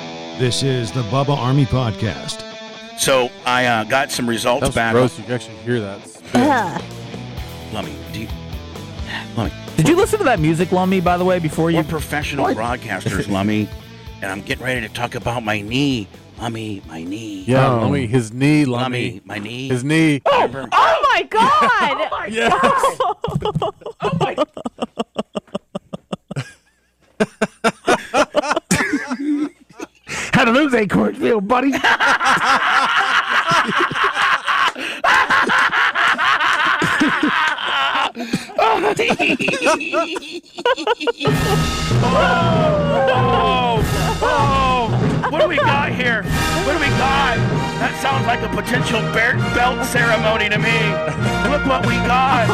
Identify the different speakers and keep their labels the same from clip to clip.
Speaker 1: This is the Bubba Army Podcast.
Speaker 2: So I uh, got some results
Speaker 3: That's
Speaker 2: back.
Speaker 3: gross. You can actually hear that.
Speaker 4: Ah.
Speaker 2: Lummy, do you,
Speaker 5: Did you listen to that music, Lummy, by the way, before
Speaker 2: we're
Speaker 5: you?
Speaker 2: professional broadcasters, Lummy, and I'm getting ready to talk about my knee, Lummy, my knee,
Speaker 3: Yeah,
Speaker 5: Oh.
Speaker 3: Lummy, his knee, Lummy,
Speaker 2: Lummy, my knee.
Speaker 3: his knee.
Speaker 2: Remember?
Speaker 4: Oh my god!
Speaker 3: Yes.
Speaker 5: How to lose a Cornfield, buddy.
Speaker 2: Oh, oh, what do we got here? What do we got? That sounds like a potential bear belt ceremony to me. Look what we got.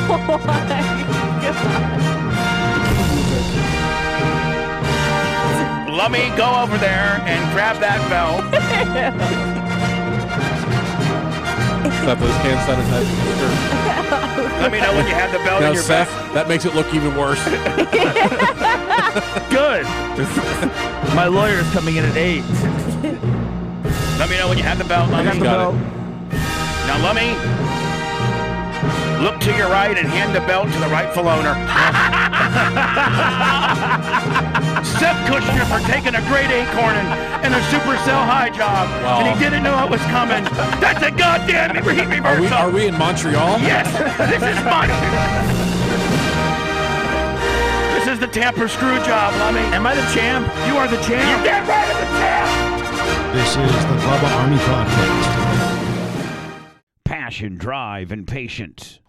Speaker 2: Lummy, go over there and grab that belt.
Speaker 3: Clap those hand sanitizer.
Speaker 2: Let me know when you have the belt
Speaker 3: Now,
Speaker 2: in your
Speaker 3: Seth,
Speaker 2: back.
Speaker 3: that makes it look even worse.
Speaker 5: Good. My lawyer's coming in at eight.
Speaker 2: Let me know when you have the belt, Lummy.
Speaker 3: got
Speaker 2: Now, Lummy, look to your right and hand the belt to the rightful owner. Seth Kushner for taking a great acorn and, and a supercell high job, and
Speaker 3: Wow.
Speaker 2: he didn't know it was coming. That's a goddamn heat
Speaker 3: Are we,
Speaker 2: reversal.
Speaker 3: are we in Montreal?
Speaker 2: Yes, this is fun. this is the Tamper screw job, Lummy.
Speaker 5: Am I the champ?
Speaker 2: You are the champ. You get rid of the champ.
Speaker 1: This is the Bubba Army Podcast.
Speaker 2: Passion, drive, and patience.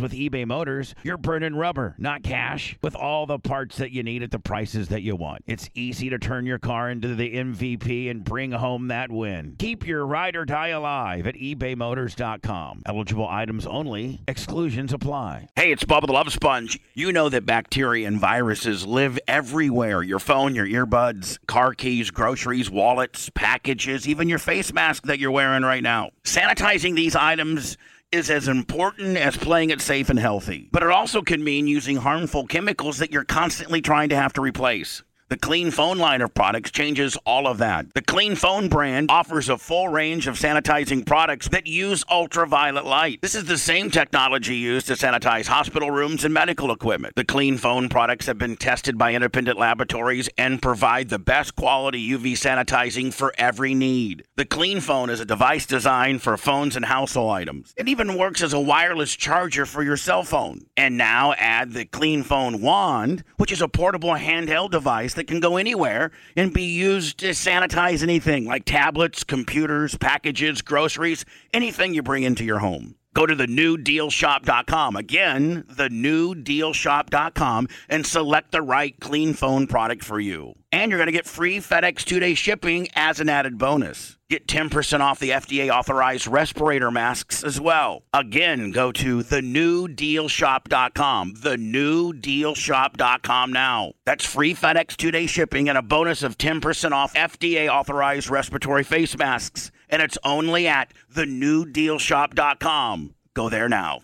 Speaker 2: with eBay Motors, you're burning rubber, not cash. With all the parts that you need at the prices that you want, it's easy to turn your car into the MVP and bring home that win. Keep your ride or die alive at ebaymotors.com. Eligible items only, exclusions apply. Hey, it's Bubba the Love Sponge. You know that bacteria and viruses live everywhere your phone, your earbuds, car keys, groceries, wallets, packages, even your face mask that you're wearing right now. Sanitizing these items is as important as playing it safe and healthy, but it also can mean using harmful chemicals that you're constantly trying to have to replace. The Clean Phone line of products changes all of that. The Clean Phone brand offers a full range of sanitizing products that use ultraviolet light. This is the same technology used to sanitize hospital rooms and medical equipment. The Clean Phone products have been tested by independent laboratories and provide the best quality UV sanitizing for every need. The Clean Phone is a device designed for phones and household items. It even works as a wireless charger for your cell phone. And now add the Clean Phone Wand, which is a portable handheld device that can go anywhere and be used to sanitize anything like tablets, computers, packages, groceries, anything you bring into your home. Go to thenewdealshop.com. Again, thenewdealshop.com and select the right clean phone product for you. And you're going to get free FedEx two day shipping as an added bonus. Get 10% off the FDA authorized respirator masks as well. Again, go to thenewdealshop.com. Thenewdealshop.com now. That's free FedEx two day shipping and a bonus of 10% off FDA authorized respiratory face masks and it's only at thenewdealshop.com. Go there now.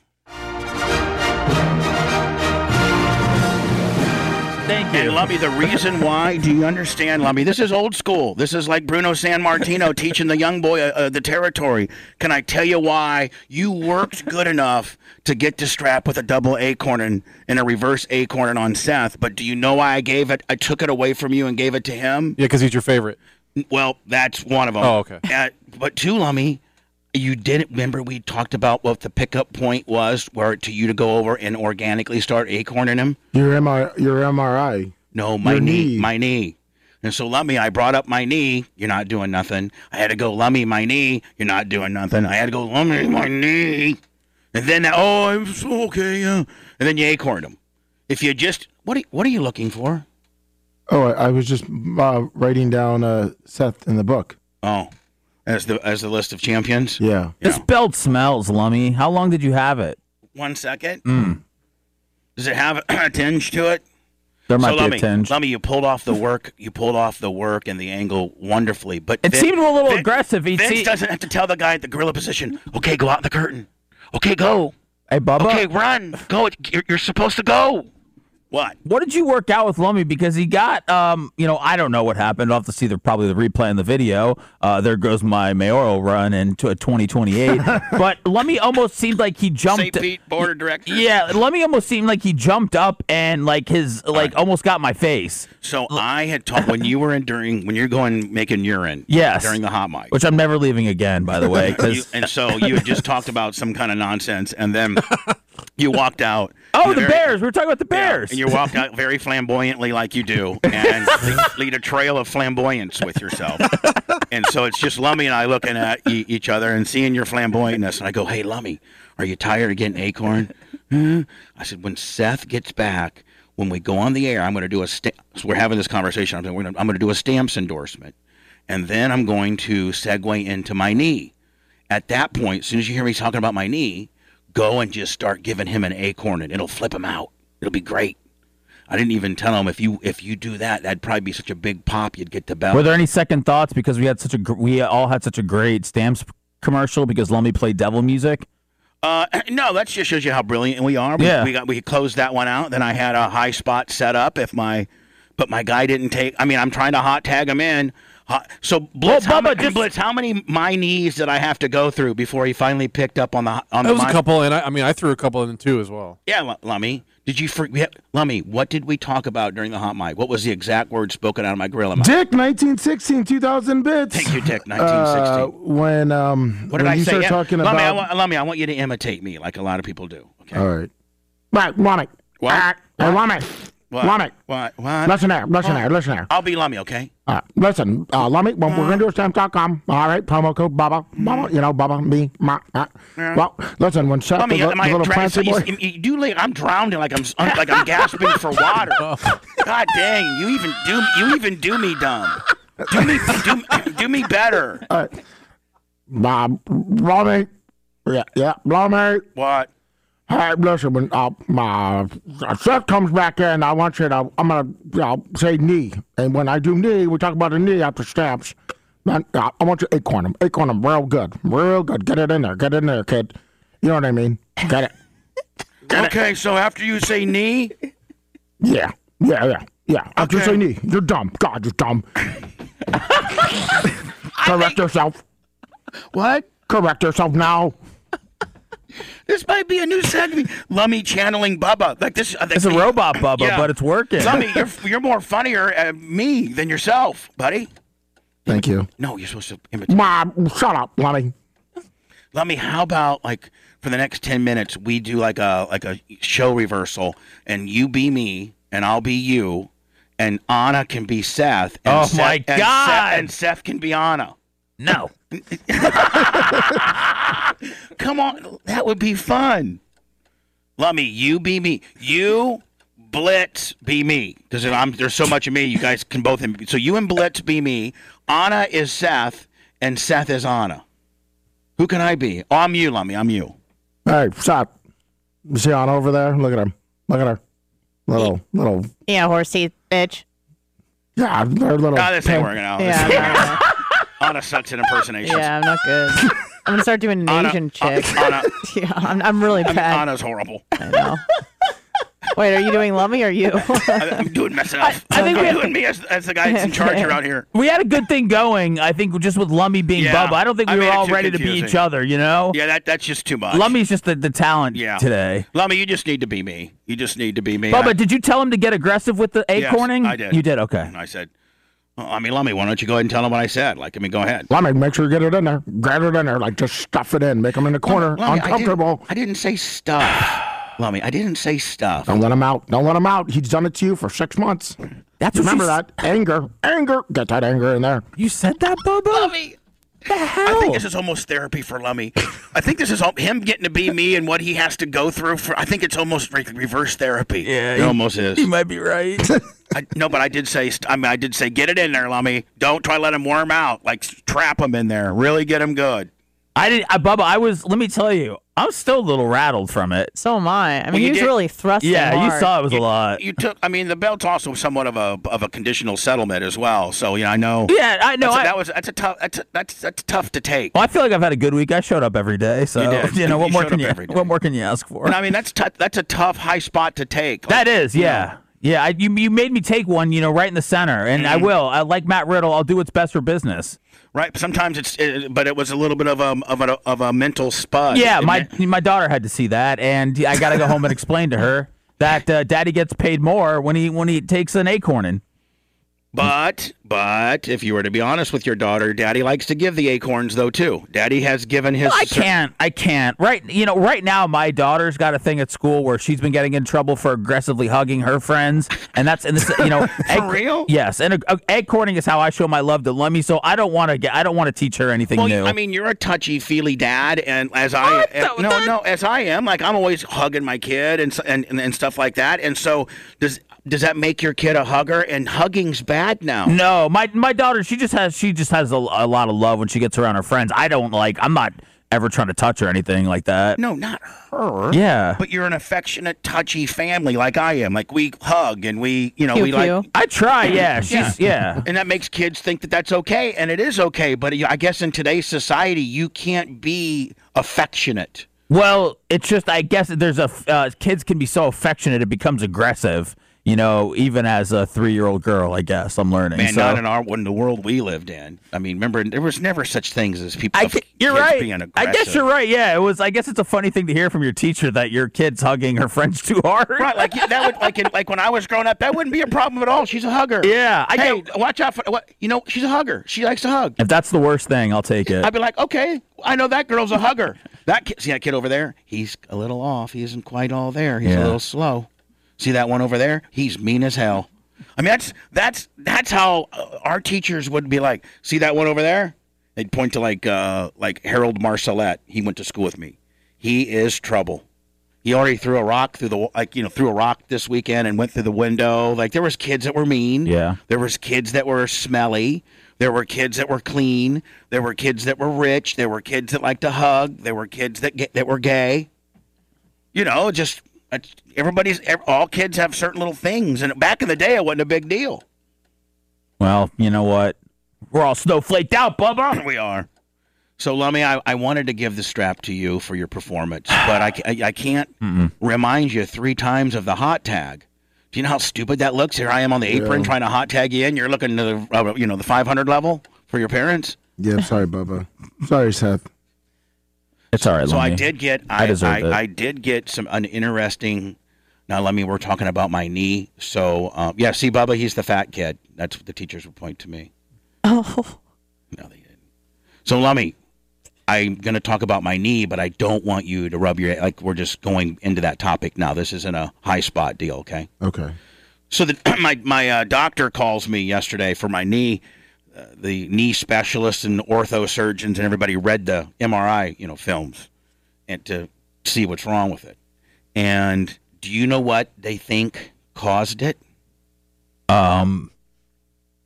Speaker 5: Thank
Speaker 2: And
Speaker 5: you.
Speaker 2: Lummy, the reason why, do you understand, Lummy? This is old school. This is like Bruno San Martino teaching the young boy uh, uh, the territory. Can I tell you why you worked good enough to get the strap with a double acorn and, and a reverse acorn on Seth? But do you know why I gave it? I took it away from you and gave it to him.
Speaker 3: Yeah, because he's your favorite.
Speaker 2: Well, that's one of them.
Speaker 3: Oh, okay.
Speaker 2: Uh, but two, Lummy, you didn't remember we talked about what the pickup point was, where to you to go over and organically start acorning him.
Speaker 6: Your MRI, your MRI.
Speaker 2: No, my
Speaker 6: Your
Speaker 2: knee,
Speaker 6: knee.
Speaker 2: my knee. And so, Lummy, I brought up my knee. You're not doing nothing. I had to go, Lummy, my knee. You're not doing nothing. I had to go, Lummy, my knee. And then, oh, I'm so okay. Yeah. And then you acorned him. If you just, what are, what are you looking for?
Speaker 6: Oh, I, I was just uh, writing down uh, Seth in the book.
Speaker 2: Oh, as the as the list of champions.
Speaker 7: Yeah.
Speaker 5: This belt smells, Lummy. How long did you have it?
Speaker 2: One second.
Speaker 5: Hmm.
Speaker 2: Does it have a tinge to it?
Speaker 5: There might
Speaker 2: so
Speaker 5: be
Speaker 2: Lummy,
Speaker 5: a tinge.
Speaker 2: Lummy, you pulled off the work. You pulled off the work and the angle wonderfully. But
Speaker 5: It
Speaker 2: Vin-
Speaker 5: seemed a little
Speaker 2: Vin-
Speaker 5: aggressive. E He'd
Speaker 2: Vince
Speaker 5: see-
Speaker 2: doesn't have to tell the guy at the gorilla position. Okay, go out the curtain. Okay, go.
Speaker 5: Hey, Bubba,
Speaker 2: Okay, run. Go. You're, you're supposed to go. What?
Speaker 5: what did you work out with Lummy? Because he got, um, you know, I don't know what happened. I'll have to see the probably the replay in the video. Uh, there goes my mayoral run in t- 2028. but Lummy almost seemed like he
Speaker 2: St.
Speaker 5: jumped.
Speaker 2: Pete Border Director.
Speaker 5: Yeah, Lummy almost seemed like he jumped up and like his like almost got my face,
Speaker 2: So I had taught when you were in during when you're going making urine.
Speaker 5: Yes.
Speaker 2: During the hot mic.
Speaker 5: which I'm never leaving again, by the way.
Speaker 2: You-
Speaker 5: 'cause-
Speaker 2: and so you had just talked about some kind of nonsense, and then you walked out.
Speaker 5: oh,
Speaker 2: in a
Speaker 5: the
Speaker 2: very-
Speaker 5: Bears. We were talking about the
Speaker 2: Yeah,
Speaker 5: Bears.
Speaker 2: and you walked out very flamboyantly, like you do, and le- lead a trail of flamboyance with yourself. And so it's just Lummy and I looking at e- each other and seeing your flamboyantness, and I go, "Hey, Lummy, are you tired of getting acorn?" "Huh?" I said, "When Seth gets back." When we go on the air, I'm going to do a. St- so we're having this conversation. I'm going to do a stamps endorsement, and then I'm going to segue into my knee. At that point, as soon as you hear me talking about my knee, go and just start giving him an acorn and it'll flip him out. It'll be great. I didn't even tell him if you if you do that, that'd probably be such a big pop you'd get the bell.
Speaker 5: Were there any second thoughts because we had such a gr- we all had such a great stamps commercial because Lummy played devil music?
Speaker 2: Uh, no, that just shows you how brilliant we are. We,
Speaker 5: Yeah.
Speaker 2: we got we closed that one out. Then I had a high spot set up. If my, but my guy didn't take. I mean, I'm trying to hot tag him in. Hot, so Blitz, how,
Speaker 5: Bubba,
Speaker 2: many,
Speaker 5: just-
Speaker 2: Blitz, how many my knees did I have to go through before he finally picked up on the on
Speaker 3: That
Speaker 2: the?
Speaker 3: was a
Speaker 2: my-
Speaker 3: couple, and I, I mean, I threw a couple in too as well.
Speaker 2: Yeah, Lu- Lummy. Did you forget? Lummy, what did we talk about during the hot mic? What was the exact word spoken out of my gorilla mouth?
Speaker 7: Dick, 1916, 2000 bits.
Speaker 2: Thank you, Dick.
Speaker 7: Uh,
Speaker 2: 1960.
Speaker 7: when um,
Speaker 2: what did
Speaker 7: when
Speaker 2: I
Speaker 7: you
Speaker 2: say?
Speaker 7: start
Speaker 2: Yeah,
Speaker 7: talking
Speaker 2: Lummy, I
Speaker 7: about.
Speaker 2: want, Lummy, I want you to imitate me like a lot of people do. Okay.
Speaker 7: All right. Right, want it.
Speaker 2: What?
Speaker 7: Ah, I want it.
Speaker 2: What?
Speaker 7: Want it.
Speaker 2: What? What?
Speaker 7: Listen here, listen here, listen here.
Speaker 2: I'll be Lummy, okay?
Speaker 7: All right, listen, uh, let me, when we're going to do a stamps.com, all right, promo code Bubba, Bubba, you know, Bubba, me, my, uh, well, listen, when Seth,
Speaker 2: Lummy,
Speaker 7: the, li-
Speaker 2: am I
Speaker 7: the little
Speaker 2: dra- so
Speaker 7: Clancy
Speaker 2: you,
Speaker 7: boy,
Speaker 2: you, you do like I'm drowning like I'm s- like I'm gasping for water. God dang, you even do you even do me dumb. Do me do, do me better.
Speaker 7: Uh, Bob, Lummy, yeah, yeah, Lummy,
Speaker 2: What?
Speaker 7: All right, listen, when uh, my Seth comes back in, I want you to, I'm going to uh, say knee. And when I do knee, we talk about a knee after stamps. Then, uh, I want you to acorn him. Acorn him real good. Real good. Get it in there. Get it in there, kid. You know what I mean? Get it.
Speaker 2: Okay, so after you say knee,
Speaker 7: Yeah. Yeah, yeah. Yeah. After you
Speaker 2: Okay.
Speaker 7: say knee, you're dumb. God, you're dumb. Correct yourself.
Speaker 2: what?
Speaker 7: Correct yourself now.
Speaker 2: This might be a new segment. Lummy channeling Bubba. Like this. uh,
Speaker 5: It's a robot, Bubba,
Speaker 2: Yeah.
Speaker 5: but it's working.
Speaker 2: Lummy, you're you're more funnier at me than yourself, buddy.
Speaker 7: Thank you.
Speaker 2: No, you're supposed to imitate.
Speaker 7: Mom, shut up, Lenny.
Speaker 2: Lummy, how about like for the next ten minutes we do like a like a show reversal, and you be me and I'll be you, and Anna can be Seth. And
Speaker 5: Oh,
Speaker 2: Seth,
Speaker 5: my
Speaker 2: and Seth-
Speaker 5: God.
Speaker 2: and Seth can be Anna.
Speaker 5: no.
Speaker 2: Come on, that would be fun. Lummy, you be me. You Blitz be me because I'm there's so much of me. You guys can both. So you and Blitz be me. Anna is Seth, and Seth is Anna. Who can I be? Oh, I'm you, Lummy. I'm you.
Speaker 7: Hey, Seth. You see on over there? Look at him. Look at her. Little, little
Speaker 4: Yeah, horsey bitch.
Speaker 7: Yeah, they're little.
Speaker 2: Oh, this ain't
Speaker 7: pink-
Speaker 2: working out.
Speaker 4: Yeah, I'm not,
Speaker 2: Anna sucks at impersonations.
Speaker 4: yeah, I'm not good. I'm gonna start doing an
Speaker 2: Anna,
Speaker 4: Asian chick.
Speaker 2: Anna,
Speaker 4: yeah, I'm, I'm really bad.
Speaker 2: Anna's horrible.
Speaker 4: I know. Wait, are you doing Lummy or you?
Speaker 2: I, I'm doing myself. I,
Speaker 5: I think
Speaker 2: am
Speaker 5: we have-
Speaker 2: doing me as, as the guy that's in charge around here.
Speaker 5: We had a good thing going, I think, just with Lummy being
Speaker 2: Yeah.
Speaker 5: Bubba. I don't think
Speaker 2: I
Speaker 5: we were
Speaker 2: made it
Speaker 5: all
Speaker 2: too
Speaker 5: ready to be each
Speaker 2: confusing.
Speaker 5: other, you know?
Speaker 2: Yeah, that that's just too much.
Speaker 5: Lummy's just the, the talent
Speaker 2: Yeah.
Speaker 5: today.
Speaker 2: Lummy, you just need to be me. You just need to be me.
Speaker 5: Bubba, did you tell him to get aggressive with the
Speaker 2: Yes,
Speaker 5: acorning?
Speaker 2: I did.
Speaker 5: You did, okay.
Speaker 2: And I said, well, I mean, Lummy, why don't you go ahead and tell him what I said? Like, I mean, go ahead.
Speaker 7: Let me make sure you get it in there. Grab it in there. Like, just stuff it in. Make them in the corner.
Speaker 2: Lummi,
Speaker 7: uncomfortable.
Speaker 2: I didn't, I didn't say stuff. Lummy, I didn't say stuff.
Speaker 7: Don't let him out. Don't let him out. He's done it to you for six months.
Speaker 5: That's what
Speaker 7: Remember
Speaker 5: you, s-
Speaker 7: that. Anger. Anger. Get that anger in there.
Speaker 5: You said that, Bubba?
Speaker 2: Lummy,
Speaker 5: The hell?
Speaker 2: I think this is almost therapy for Lummy. I think this is all, him getting to be me and what he has to go through. For I think it's almost like reverse therapy.
Speaker 5: Yeah,
Speaker 2: it
Speaker 5: he-
Speaker 2: almost is.
Speaker 5: you might be right.
Speaker 2: I, no, but I did say. st- I mean, I did say, get it in there, Lummy. Don't try to let him worm out. Like s- trap him in there. Really get him good.
Speaker 5: I didn't, I, Bubba. I was. Let me tell you, I'm still a little rattled from it.
Speaker 4: So am I. I mean,
Speaker 2: you
Speaker 4: he was
Speaker 2: did-
Speaker 4: really thrusting.
Speaker 5: Yeah, you
Speaker 4: hard.
Speaker 5: saw it was a lot.
Speaker 2: You took. I mean, the belt's also somewhat of a of a conditional settlement as well. So you know, I know.
Speaker 5: Yeah, I know.
Speaker 2: That's a-
Speaker 5: I,
Speaker 2: that was that's a tough that's a- that's that's tough to take.
Speaker 5: well, I feel like I've had a good week. I showed up every day, so
Speaker 2: You
Speaker 5: you,
Speaker 2: did.
Speaker 5: know what
Speaker 2: You
Speaker 5: more
Speaker 2: showed
Speaker 5: can
Speaker 2: up
Speaker 5: you
Speaker 2: every day.
Speaker 5: what more can you ask for?
Speaker 2: And I mean, that's t- that's a tough high spot to take.
Speaker 5: That is, yeah. Yeah, I, you, you made me take one, you know, right in the center, and
Speaker 2: Mm-hmm.
Speaker 5: I will. I like Matt Riddle. I'll do what's best for business.
Speaker 2: right? Sometimes it's, it, but it was a little bit of a of a of a mental spud.
Speaker 5: Yeah,
Speaker 2: Uh, And
Speaker 5: my
Speaker 2: it-
Speaker 5: my daughter had to see that, and I got to go home and explain to her that uh, Daddy gets paid more when he when he takes an acorn in.
Speaker 2: But but if you were to be honest with your daughter, Daddy likes to give the acorns though too. Daddy has given his.
Speaker 5: I can't. I can't. Right. You know. Right now, my daughter's got a thing at school where she's been getting in trouble for aggressively hugging her friends, and that's and this. You know, for
Speaker 2: real?
Speaker 5: Yes. And uh, acorning is how I show my love to Lummy. So I don't want to get. I don't want to teach her anything
Speaker 2: Well,
Speaker 5: new.
Speaker 2: I mean, you're a touchy feely dad, and as I no no as I am, like I'm always hugging my kid and, s- and and and stuff like that. And so does does that make your kid a hugger? And hugging's bad now.
Speaker 5: no, my my daughter. She just has. She just has a, a lot of love when she gets around her friends. I don't like. I'm not ever trying to touch her or anything like that.
Speaker 2: No, not her.
Speaker 5: Yeah.
Speaker 2: But you're an affectionate, touchy family like I am. Like we hug and we, you know,
Speaker 4: Pew,
Speaker 2: we like,
Speaker 4: pew.
Speaker 5: I try. Yeah. She's yeah.
Speaker 2: and that makes kids think that that's okay, and it is okay. But I guess in today's society, you can't be affectionate.
Speaker 5: Well, it's just I guess that there's a f- uh, kids can be so affectionate it becomes aggressive. You know, even as a three-year-old girl, I guess I'm learning.
Speaker 2: Man,
Speaker 5: so,
Speaker 2: not in our in the world we lived in. I mean, remember there was never such things as people.
Speaker 5: I
Speaker 2: of
Speaker 5: ca- you're
Speaker 2: kids
Speaker 5: right.
Speaker 2: Being
Speaker 5: I
Speaker 2: aggressive.
Speaker 5: guess you're right. Yeah, it was. I guess it's a funny thing to hear from your teacher that your kid's hugging her friends too hard.
Speaker 2: right. Like yeah, that would like in, like when I was growing up, that wouldn't be a problem at all. She's a hugger.
Speaker 5: Yeah, I
Speaker 2: hey,
Speaker 5: get-
Speaker 2: watch out for what you know. She's a hugger. She likes to hug.
Speaker 5: If that's the worst thing, I'll take it.
Speaker 2: I'd be like, okay, I know that girl's a hugger. That kid, see that kid over there? He's a little off. He isn't quite all there. He's a
Speaker 5: Yeah.
Speaker 2: little slow. See that one over there? He's mean as hell. I mean, that's that's that's how uh, our teachers would be like. See that one over there? They'd point to like uh, like Harold Marcellet. He went to school with me. He is trouble. He already threw a rock through the like you know threw a rock this weekend and went through the window. Like there was kids that were mean.
Speaker 5: Yeah.
Speaker 2: There was kids that were smelly. There were kids that were clean. There were kids that were rich. There were kids that liked to hug. There were kids that get, that were gay. You know, just it's- everybody's ev- all kids have certain little things, and back in the day, it wasn't a big deal.
Speaker 5: well, you know what? We're all snowflaked out, Bubba.
Speaker 2: We are. So, Lummy, I, I wanted to give the strap to you for your performance, but I, ca- I, I can't remind you three times of the hot tag. Do you know how stupid that looks? Here I am on the apron trying to hot tag you in. You're looking to the uh, you know the 500 level for your parents.
Speaker 6: Yeah, I'm sorry, Bubba. Sorry, Seth.
Speaker 5: It's all right.
Speaker 2: So I
Speaker 5: Lummi.
Speaker 2: did get I
Speaker 5: I
Speaker 2: I,
Speaker 5: deserve it.
Speaker 2: I did get some an interesting. Now let me. We're talking about my knee. So um, yeah, see, Bubba, he's the fat kid. That's what the teachers would point to me. Oh. No, they didn't. So Lummy, I'm going to talk about my knee, but I don't want you to rub your like. We're just going into that topic now. This isn't a high spot deal, okay?
Speaker 6: Okay.
Speaker 2: So the, my my uh, doctor calls me yesterday for my knee. Uh, the knee specialists and ortho surgeons and everybody read the MRI, you know, films, and to see what's wrong with it. And do you know what they think caused it?
Speaker 5: Um,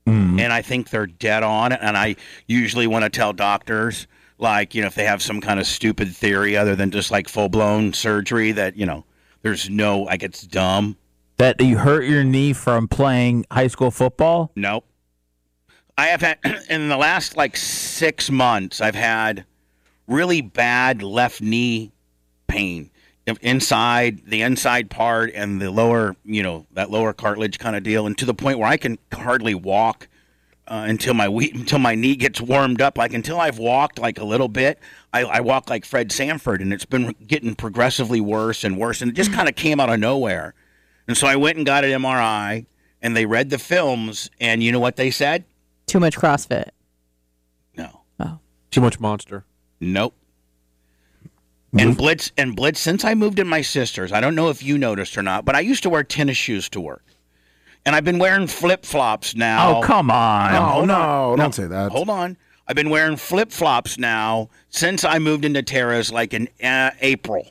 Speaker 2: And I think they're dead on. And I usually want to tell doctors, like, you know, if they have some kind of stupid theory other than just like full blown surgery, that you know, there's no like it's dumb.
Speaker 5: that you hurt your knee from playing high school football.
Speaker 2: Nope. I have had in the last like six months, I've had really bad left knee pain In- inside the inside part and the lower, you know, that lower cartilage kind of deal, and to the point where I can hardly walk uh, until my we- until my knee gets warmed up. Like until I've walked like a little bit, I, I walk like Fred Sanford, and it's been getting progressively worse and worse, and it just kind of came out of nowhere. And so I went and got an MRI, and they read the films, and you know what they said?
Speaker 4: Too much CrossFit.
Speaker 2: No,
Speaker 3: Too much monster.
Speaker 2: nope. And Blitz and Blitz. Since I moved in my sister's, I don't know if you noticed or not, but I used to wear tennis shoes to work, and I've been wearing flip flops now.
Speaker 5: Oh, come on.
Speaker 6: Oh, no,
Speaker 2: on.
Speaker 6: don't say that.
Speaker 2: Hold on. I've been wearing flip flops now since I moved into Terrace, like in uh, April,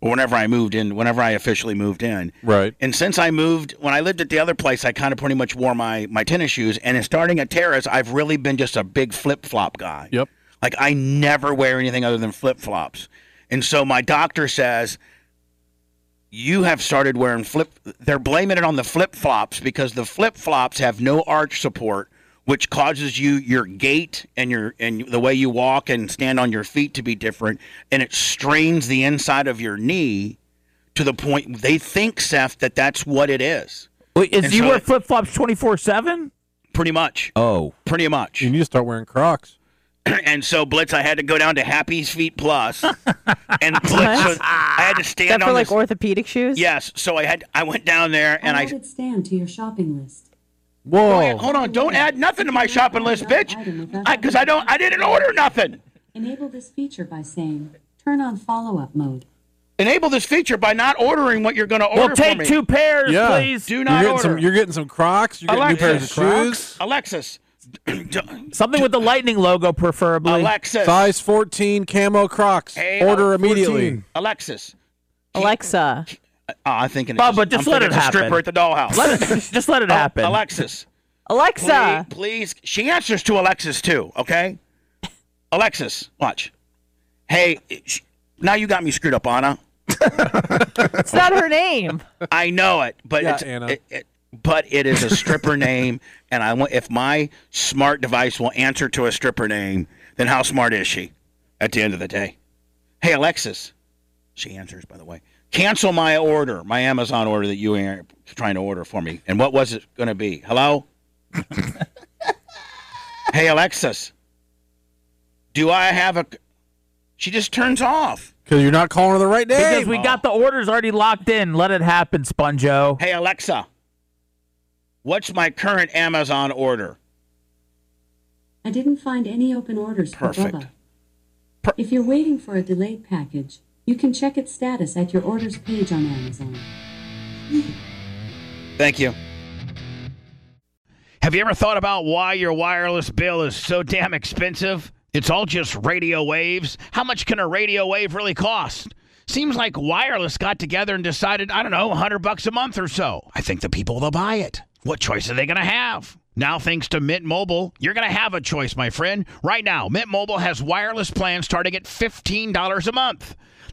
Speaker 2: or whenever I moved in, whenever I officially moved in.
Speaker 3: Right.
Speaker 2: And since I moved, when I lived at the other place, I kind of pretty much wore my my tennis shoes. And in starting at Terrace, I've really been just a big flip flop guy.
Speaker 3: Yep.
Speaker 2: Like I never wear anything other than flip flops. And so my doctor says, you have started wearing flip. They're blaming it on the flip flops because the flip flops have no arch support, which causes you your gait and your and the way you walk and stand on your feet to be different, and it strains the inside of your knee to the point they think, Seth, that that's what it is.
Speaker 5: Wait, is
Speaker 2: And
Speaker 5: you
Speaker 2: so
Speaker 5: wear
Speaker 2: it-
Speaker 5: flip flops twenty four seven?
Speaker 2: Pretty much.
Speaker 5: Oh,
Speaker 2: Pretty much.
Speaker 3: You need to start wearing Crocs.
Speaker 2: and so Blitz, I had to go down to Happy's Feet Plus, and Blitz, so I had to
Speaker 4: Is that
Speaker 2: stand
Speaker 4: for
Speaker 2: on
Speaker 4: like
Speaker 2: this.
Speaker 4: orthopedic shoes?
Speaker 2: yes, so I had I went down there and
Speaker 8: How
Speaker 2: I
Speaker 8: would it stand to your shopping list?
Speaker 3: Whoa.
Speaker 2: Wait, hold on. Don't add nothing to my shopping list, bitch. Because I, don't. I didn't order nothing.
Speaker 8: Enable this feature by saying, turn on follow-up mode.
Speaker 2: Enable this feature by not ordering what you're going to order
Speaker 5: well,
Speaker 2: for
Speaker 5: take
Speaker 2: me.
Speaker 5: two pairs,
Speaker 3: yeah.
Speaker 5: please.
Speaker 2: Do not
Speaker 3: you're getting
Speaker 2: order.
Speaker 3: Some, you're getting some Crocs. You're getting new pairs of shoes.
Speaker 2: Alexis. d-
Speaker 5: Something with the lightning logo, preferably.
Speaker 2: Alexis.
Speaker 3: Size 14 camo Crocs.
Speaker 2: Hey,
Speaker 3: Order
Speaker 2: uh,
Speaker 3: immediately.
Speaker 2: Alexis.
Speaker 4: Alexa.
Speaker 2: Uh, I'm thinking.
Speaker 5: Bubba,
Speaker 2: it's- I'm
Speaker 5: just let
Speaker 2: thinking
Speaker 5: it
Speaker 2: it's a stripper at the
Speaker 5: happen.
Speaker 2: dollhouse.
Speaker 5: Let it, just let it happen.
Speaker 2: Alexis.
Speaker 4: Alexa.
Speaker 2: Please, please. She answers to Alexis too. Okay. Alexis, watch. Hey, sh- now you got me screwed up, Anna.
Speaker 4: It's not her name.
Speaker 2: I know it, but
Speaker 3: Yeah,
Speaker 2: it's,
Speaker 3: Anna.
Speaker 2: It, it- but it is a stripper name, and I want if my smart device will answer to a stripper name, then how smart is she? At the end of the day, hey Alexis, she answers. By the way, cancel my order, my Amazon order that you are trying to order for me. And what was it going to be? Hello. hey Alexis, do I have a? She just turns off.
Speaker 3: Because you're not calling on the right
Speaker 5: because
Speaker 3: name.
Speaker 5: we got the orders already locked in. Let it happen, Sponjo.
Speaker 2: Hey Alexa, what's my current Amazon order?
Speaker 8: I didn't find any open orders for
Speaker 2: Perfect.
Speaker 8: Bubba.
Speaker 2: Per-
Speaker 8: if you're waiting for a delayed package, you can check its status at your orders page on Amazon.
Speaker 2: Thank you.
Speaker 9: Have you ever thought about why your wireless bill is so damn expensive? It's all just radio waves. How much can a radio wave really cost? Seems like wireless got together and decided, I don't know, 100 bucks a month or so. I think the people will buy it. What choice are they going to have? Now, thanks to Mint Mobile, you're going to have a choice, my friend. Right now, Mint Mobile has wireless plans starting at $15 a month.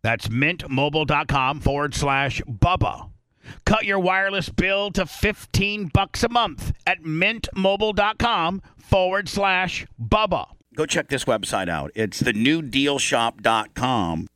Speaker 9: That's mintmobile.com forward slash Bubba. Cut your wireless bill to 15 bucks a month at mintmobile.com forward slash Bubba.
Speaker 2: go check this website out. It's the newdealshop.com.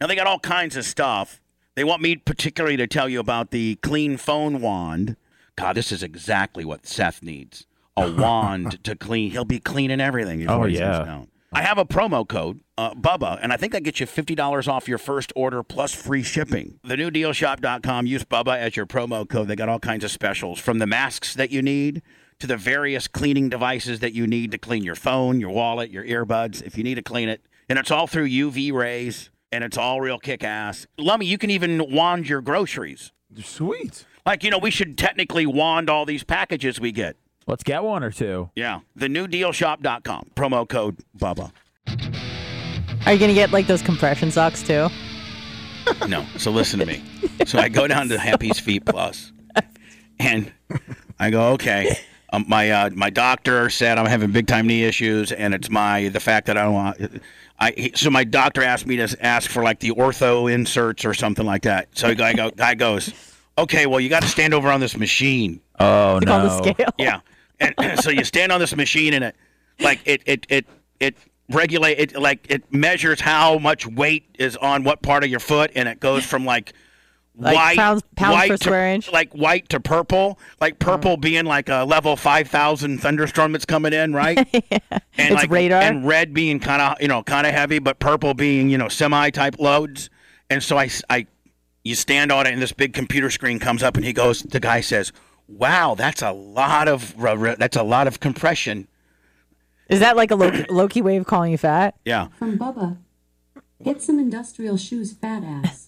Speaker 2: Now they got all kinds of stuff. They want me particularly to tell you about the clean phone wand. God, this is exactly what Seth needs. A wand to clean. He'll be cleaning everything. before
Speaker 5: Oh,
Speaker 2: he sits
Speaker 5: yeah.
Speaker 2: down. I have a promo code, uh, Bubba, and I think that gets you $50 off your first order plus free shipping. The newdealshop.com. Use Bubba as your promo code. They got all kinds of specials from the masks that you need to the various cleaning devices that you need to clean your phone, your wallet, your earbuds, if you need to clean it. And it's all through UV rays and it's all real kick ass. Lummy, you can even wand your groceries.
Speaker 3: Sweet.
Speaker 2: Like, you know, we should technically wand all these packages we get.
Speaker 5: Let's get one or two.
Speaker 2: Yeah. The newdealshop.com. Promo code Bubba.
Speaker 4: Are you gonna get like those compression socks too?
Speaker 2: No. So listen to me. So I go down to Happy's Feet Plus, and I go, okay. Um, my uh, my doctor said I'm having big time knee issues, and it's my the fact that I don't want. I he- so my doctor asked me to ask for like the ortho inserts or something like that. So I go, guy goes, okay, well you got to stand over on this machine.
Speaker 5: Oh
Speaker 4: Like
Speaker 5: no.
Speaker 4: on the scale.
Speaker 2: Yeah, and so you stand on this machine, and it like it it it it regulate it like it measures how much weight is on what part of your foot, and it goes from like.
Speaker 4: Like
Speaker 2: white,
Speaker 4: pounds- pounds
Speaker 2: white
Speaker 4: per
Speaker 2: to-
Speaker 4: square inch? Mm.
Speaker 2: like white to purple, like purple being like a level five thousand thunderstorm that's coming in, right? and
Speaker 4: It's
Speaker 2: like,
Speaker 4: radar.
Speaker 2: and red being kind of you know kind of heavy, but purple being you know semi type loads. And so I, s- I- you stand on it, and this big computer screen comes up, and he goes, the guy says, "Wow, that's a lot of r- r- that's a lot of compression."
Speaker 4: Is that like a low, low key way of calling you fat?
Speaker 2: Yeah,
Speaker 8: From Bubba. Get some industrial shoes, fat ass.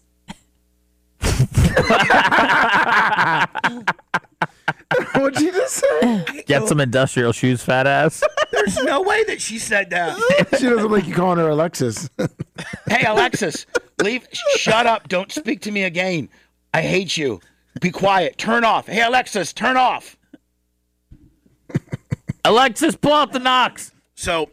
Speaker 7: What'd you just say?
Speaker 5: Get some industrial shoes, fat ass.
Speaker 2: there's no way that she said that.
Speaker 7: She doesn't like you calling her Alexis.
Speaker 2: hey Alexis, leave. sh- Shut up! Don't speak to me again. I hate you. Be quiet. Turn off. Hey Alexis, turn off.
Speaker 5: Alexis, pull out the Knox.
Speaker 2: So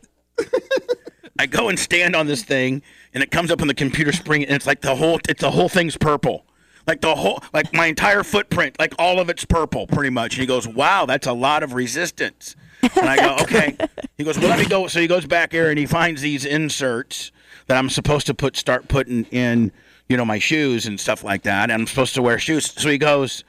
Speaker 2: I go and stand on this thing, and it comes up on the computer screen, and it's like the whole it's the whole thing's purple, like the whole like my entire footprint, like all of it's purple, pretty much. And he goes, "Wow, that's a lot of resistance." And I go, "Okay." He goes, "Well, let me go." So he goes back there and he finds these inserts that I'm supposed to put start putting in, you know, my shoes and stuff like that, and I'm supposed to wear shoes. So he goes.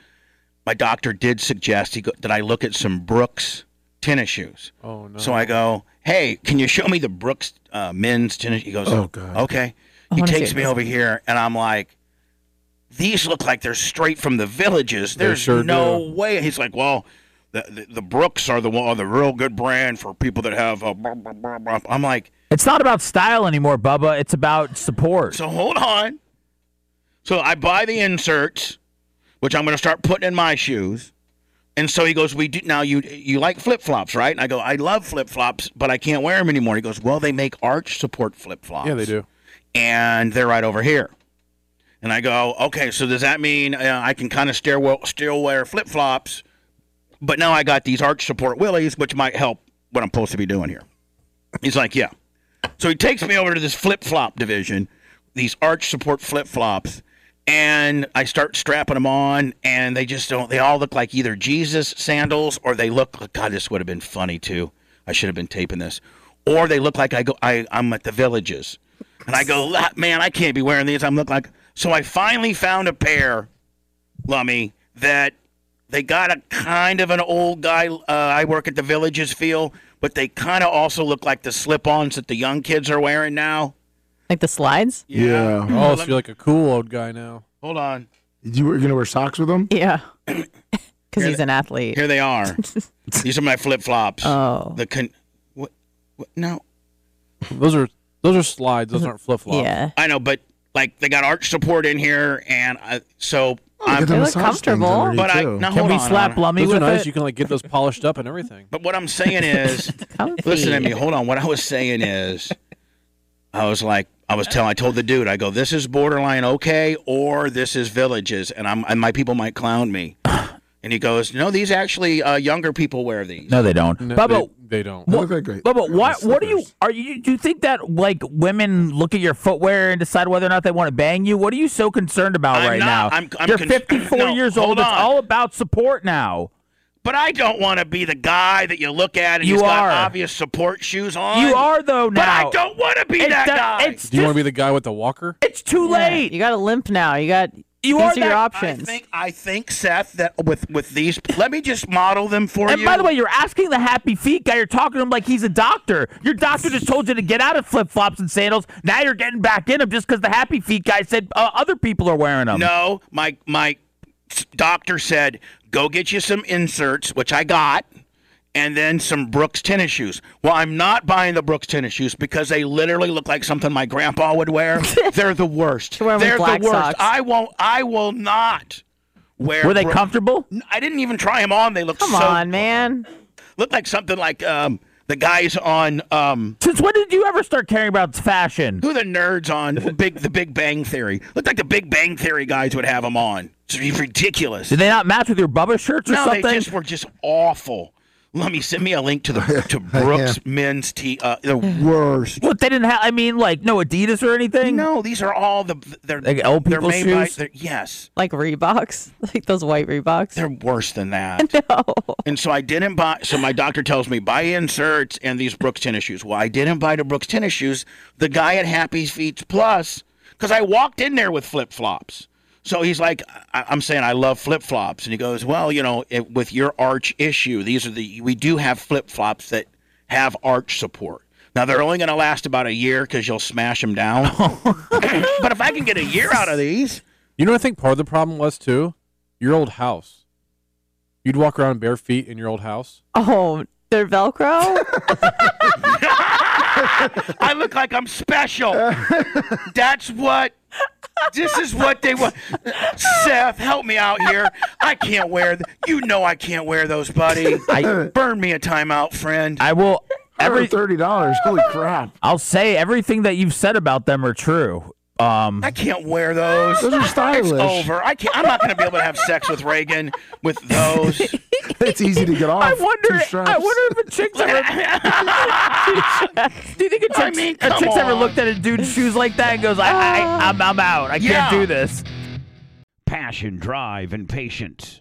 Speaker 2: My doctor did suggest he go, that I look at some Brooks tennis shoes. Oh no! So I go, hey, can you show me the Brooks uh, men's tennis? He goes, oh god, okay. He
Speaker 4: wanna see
Speaker 2: takes
Speaker 4: it.
Speaker 2: me over here, and I'm like, these look like they're straight from the villages. There's
Speaker 3: sure
Speaker 2: no way. He's like, well. The, the, the Brooks are the one, are the real good brand for people that have. A blah, blah, blah, blah. I'm like,
Speaker 5: It's not about style anymore, Bubba. It's about support.
Speaker 2: so hold on. So I buy the inserts, which I'm going to start putting in my shoes. And so he goes, "We do now. You you like flip flops, right?" And I go, "I love flip flops, but I can't wear them anymore." He goes, "Well, they make arch support flip flops.
Speaker 3: Yeah, they do.
Speaker 2: and they're right over here." And I go, "Okay, so does that mean uh, I can kind of still still wear flip flops, but now I got these arch support willies, which might help what I'm supposed to be doing here?" He's like, "Yeah." So he takes me over to this flip flop division, these arch support flip flops, and I start strapping them on, and they just don't. They all look like either Jesus sandals or they look. God, this would have been funny too. I should have been taping this. Or they look like I go. I I'm at the villages, and I go, "La- man, I can't be wearing these. I'm look like. So I finally found a pair, Lummy, that they got a kind of an old guy. Uh, I work at the villages feel, but they kind of also look like the slip-ons that the young kids are wearing now.
Speaker 4: Like the slides?
Speaker 7: Yeah.
Speaker 3: Oh, so you're like a cool old guy now.
Speaker 2: Hold on,
Speaker 7: You were gonna wear socks with them?
Speaker 4: Yeah. Because he's an athlete.
Speaker 2: here they are. These are my flip-flops.
Speaker 4: Oh.
Speaker 2: The con- what, what? No,
Speaker 3: Those are those are slides. Those aren't flip flops.
Speaker 4: Yeah.
Speaker 2: I know, but like they got arch support in here, and I, so
Speaker 7: Look at
Speaker 2: I'm.
Speaker 7: the
Speaker 4: They look
Speaker 7: massage things
Speaker 4: comfortable.
Speaker 7: underneath,
Speaker 2: But I
Speaker 7: too.
Speaker 2: now
Speaker 5: Can
Speaker 2: hold
Speaker 5: we
Speaker 2: on,
Speaker 5: slap
Speaker 2: hold on.
Speaker 5: Lummy
Speaker 3: Those are
Speaker 5: with
Speaker 3: nice.
Speaker 5: it?
Speaker 3: You can like get those polished up and everything.
Speaker 2: But what I'm saying is,
Speaker 4: Comfy.
Speaker 2: Listen to me. Hold on. What I was saying is, I was like, I was telling, I told the dude, I go, this is borderline okay, or this is villages, and I'm, and my people might clown me. And he goes, no, these actually uh, younger people wear these.
Speaker 5: No, they don't.
Speaker 3: No,
Speaker 5: Bubba,
Speaker 3: they, they don't.
Speaker 7: They look like great.
Speaker 5: Bubba, what what do you
Speaker 7: slippers.
Speaker 5: are you do you think that like women look at your footwear and decide whether or not they want to bang you? What are you so concerned about
Speaker 2: I'm
Speaker 5: right
Speaker 2: not-
Speaker 5: now?
Speaker 2: I'm- I'm
Speaker 5: You're
Speaker 2: con-
Speaker 5: 54
Speaker 2: No,
Speaker 5: years
Speaker 2: hold
Speaker 5: old. It's
Speaker 2: on.
Speaker 5: all about support now.
Speaker 2: But I don't want to be the guy that you look at and
Speaker 5: You
Speaker 2: he's
Speaker 5: are.
Speaker 2: got obvious support shoes on.
Speaker 5: You are though
Speaker 2: But
Speaker 5: now.
Speaker 2: I don't want to be
Speaker 5: It's
Speaker 2: that
Speaker 5: the-
Speaker 2: guy.
Speaker 5: It's
Speaker 3: Do you want to
Speaker 5: just-
Speaker 3: be the guy with the walker?
Speaker 5: it's too
Speaker 4: Yeah.
Speaker 5: late.
Speaker 4: You got a limp now. You got
Speaker 5: You
Speaker 4: these
Speaker 5: are
Speaker 4: are your
Speaker 5: that- I
Speaker 2: I
Speaker 4: options.
Speaker 2: think I think Seth that with with these. Let me just model them for
Speaker 5: And
Speaker 2: you.
Speaker 5: by the way, you're asking the happy feet guy. You're talking to him like he's a doctor. Your doctor just told you to get out of flip flops and sandals. Now you're getting back in them just because the happy feet guy said uh, other people are wearing them.
Speaker 2: No, my my doctor said go get you some inserts, which I got, and then some Brooks tennis shoes. Well, I'm not buying the Brooks tennis shoes because they literally look like something my grandpa would wear. They're the worst.
Speaker 4: Wear 'em with
Speaker 2: They're the
Speaker 4: black
Speaker 2: worst.
Speaker 4: socks.
Speaker 2: I won't. I will not wear.
Speaker 5: Were they
Speaker 2: Brooks-
Speaker 5: comfortable?
Speaker 2: I didn't even try them on. They look
Speaker 4: Come
Speaker 2: so
Speaker 4: on, man.
Speaker 2: look like something like um the guys on um.
Speaker 5: Since when did you ever start caring about fashion?
Speaker 2: Who are the nerds on Big the Big Bang Theory? Looked like the Big Bang Theory guys would have them on. It's ridiculous.
Speaker 5: Did they not match with your Bubba shirts or
Speaker 2: no,
Speaker 5: something?
Speaker 2: they just were just awful. Let me send me a link to the to Brooks men's tee. Uh, the worst.
Speaker 5: What they didn't have? I mean, like no Adidas or anything.
Speaker 2: No, these are all the they're
Speaker 5: Like old
Speaker 2: they're
Speaker 5: people's
Speaker 2: made
Speaker 5: shoes?
Speaker 2: by they're, yes.
Speaker 4: Like Reeboks, like those white Reeboks.
Speaker 2: They're worse than that. And so I didn't buy. So my doctor tells me buy inserts and these Brooks tennis shoes. Well, I didn't buy the Brooks tennis shoes. The guy at Happy Feet Plus, because I walked in there with flip flops. So he's like, I- I'm saying I love flip flops, and he goes, Well, you know, it, with your arch issue, these are the we do have flip flops that have arch support. Now they're only going to last about a year because you'll smash them down. but if I can get a year out of these,
Speaker 3: You know, what I think part of the problem was too your old house. You'd walk around bare feet in your old house.
Speaker 4: oh, they're Velcro.
Speaker 2: I look like I'm special. That's what. This is what they want. Seth, help me out here. I can't wear. Th- you know I can't wear those, buddy. Burn me a timeout, friend.
Speaker 5: I will.
Speaker 7: Every
Speaker 5: Every
Speaker 7: thirty dollars. Holy crap!
Speaker 5: I'll say everything that you've said about them are true. Um,
Speaker 2: I can't wear those.
Speaker 7: Those are stylish.
Speaker 2: It's over. I can't. I'm not going to be able to have sex with Reagan with those.
Speaker 7: It's easy to
Speaker 2: Oh,
Speaker 7: get off.
Speaker 5: I wonder.
Speaker 7: Two
Speaker 5: I
Speaker 7: straps.
Speaker 5: wonder if a chick's ever. do you think a chick's,
Speaker 2: I mean,
Speaker 5: a
Speaker 2: come
Speaker 5: chick's ever
Speaker 2: on. Uh,
Speaker 5: looked at a dude's shoes like that and goes, I, I, I'm, I'm out. I
Speaker 2: Yeah.
Speaker 5: can't do this.
Speaker 10: Passion, drive, and patience.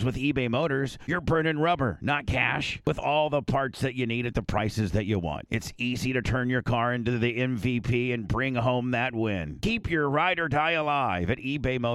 Speaker 10: with eBay Motors, you're burning rubber, not cash. With all the parts that you need at the prices that you want, it's easy to turn your car into the MVP and bring home that win. Keep your ride or die alive at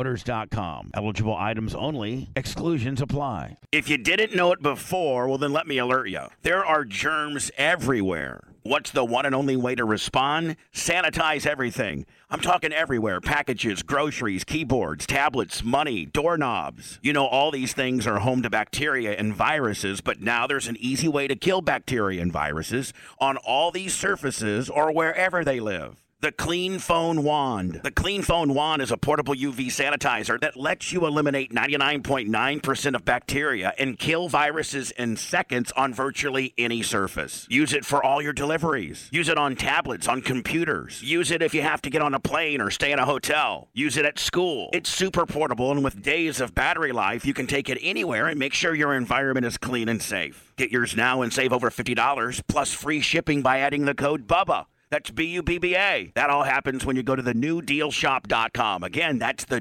Speaker 10: ebaymotors.com. Eligible items only, exclusions apply.
Speaker 2: If you didn't know it before, well, then let me alert you. There are germs everywhere. What's the one and only way to respond? Sanitize everything. I'm talking everywhere packages, groceries, keyboards, tablets, money, doorknobs. You know, all these things are home to bacteria and viruses, but now there's an easy way to kill bacteria and viruses on all these surfaces or wherever they live. The Clean Phone Wand. The Clean Phone Wand is a portable UV sanitizer that lets you eliminate 99.9% of bacteria and kill viruses in seconds on virtually any surface. Use it for all your deliveries. Use it on tablets, on computers. Use it if you have to get on a plane or stay in a hotel. Use it at school. It's super portable, and with days of battery life, you can take it anywhere and make sure your environment is clean and safe. Get yours now and save over $50 plus free shipping by adding the code BUBBA. That's B U B B A. That all happens when you go to the newdealshop.com. Again, that's the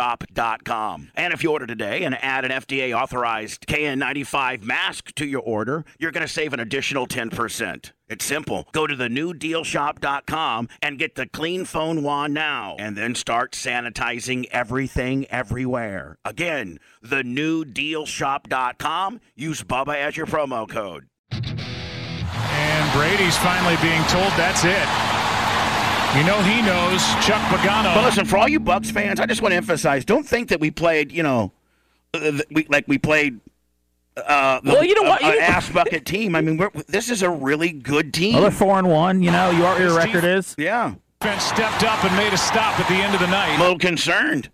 Speaker 2: newdealshop.com. And if you order today and add an FDA authorized KN95 mask to your order, you're going to save an additional 10%. It's simple. Go to the newdealshop.com and get the clean phone wand now and then start sanitizing everything everywhere. Again, the newdealshop.com. Use Bubba as your promo code.
Speaker 11: And Brady's finally being told that's it. You know he knows Chuck Pagano.
Speaker 2: But listen, for all you Bucks fans, I just want to emphasize: don't think that we played, you know, uh, th- we, like we played. Uh, the-
Speaker 5: Well, you know what?
Speaker 2: a- a
Speaker 5: You-
Speaker 2: ass bucket team. I mean, we're, this is a really good team.
Speaker 5: Another four and one. You know, you are your record is.
Speaker 2: yeah,
Speaker 11: Defense stepped up and made a stop at the end of the
Speaker 2: I'm
Speaker 11: night.
Speaker 2: a little concerned.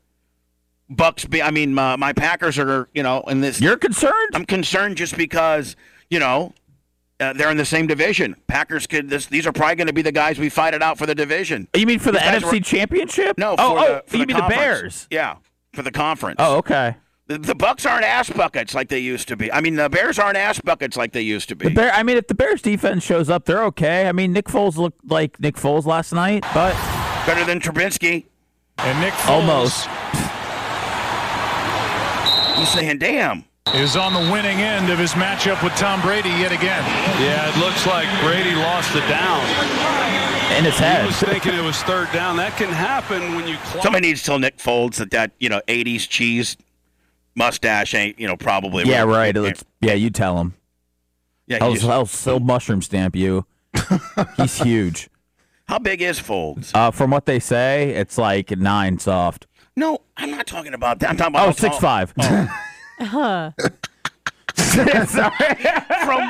Speaker 2: Bucks. Be, I mean, my, my Packers are, you know, in this.
Speaker 5: You're concerned.
Speaker 2: I'm concerned just because you know uh, they're in the same division. Packers could. This, these are probably going to be the guys we fight it out for the division.
Speaker 5: You mean for the
Speaker 2: guys
Speaker 5: NFC
Speaker 2: were-
Speaker 5: Championship?
Speaker 2: No, for
Speaker 5: Oh,
Speaker 2: the,
Speaker 5: oh,
Speaker 2: for
Speaker 5: you
Speaker 2: the
Speaker 5: mean the
Speaker 2: conference.
Speaker 5: Bears?
Speaker 2: Yeah, for the conference.
Speaker 5: Oh, okay.
Speaker 2: The, the Bucks aren't ass buckets like they used to be. I mean, the Bears aren't ass buckets like they used to be.
Speaker 5: The Bear. I mean, if the Bears defense shows up, they're okay. I mean, Nick Foles looked like Nick Foles last night, but
Speaker 2: Better than Trubinsky.
Speaker 11: And Nick Foles
Speaker 5: almost.
Speaker 2: I'm saying, damn.
Speaker 11: is on the winning end of his matchup with Tom Brady yet again.
Speaker 12: Yeah, it looks like Brady lost the down.
Speaker 5: In his
Speaker 12: He
Speaker 5: head.
Speaker 12: was thinking it was third down. That can happen when you clock.
Speaker 2: Somebody needs to tell Nick Folds that that you know '80s cheese mustache ain't you know probably.
Speaker 5: Yeah,
Speaker 2: real.
Speaker 5: right. It looks, yeah, you tell him.
Speaker 2: Yeah,
Speaker 5: I'll,
Speaker 2: he just-
Speaker 5: I'll so mushroom stamp you. He's huge.
Speaker 2: how big is Folds?
Speaker 5: Uh, from what they say, it's like nine soft.
Speaker 13: Oh,
Speaker 2: No, I'm not talking about that. I'm talking about
Speaker 5: Oh, six five.
Speaker 13: From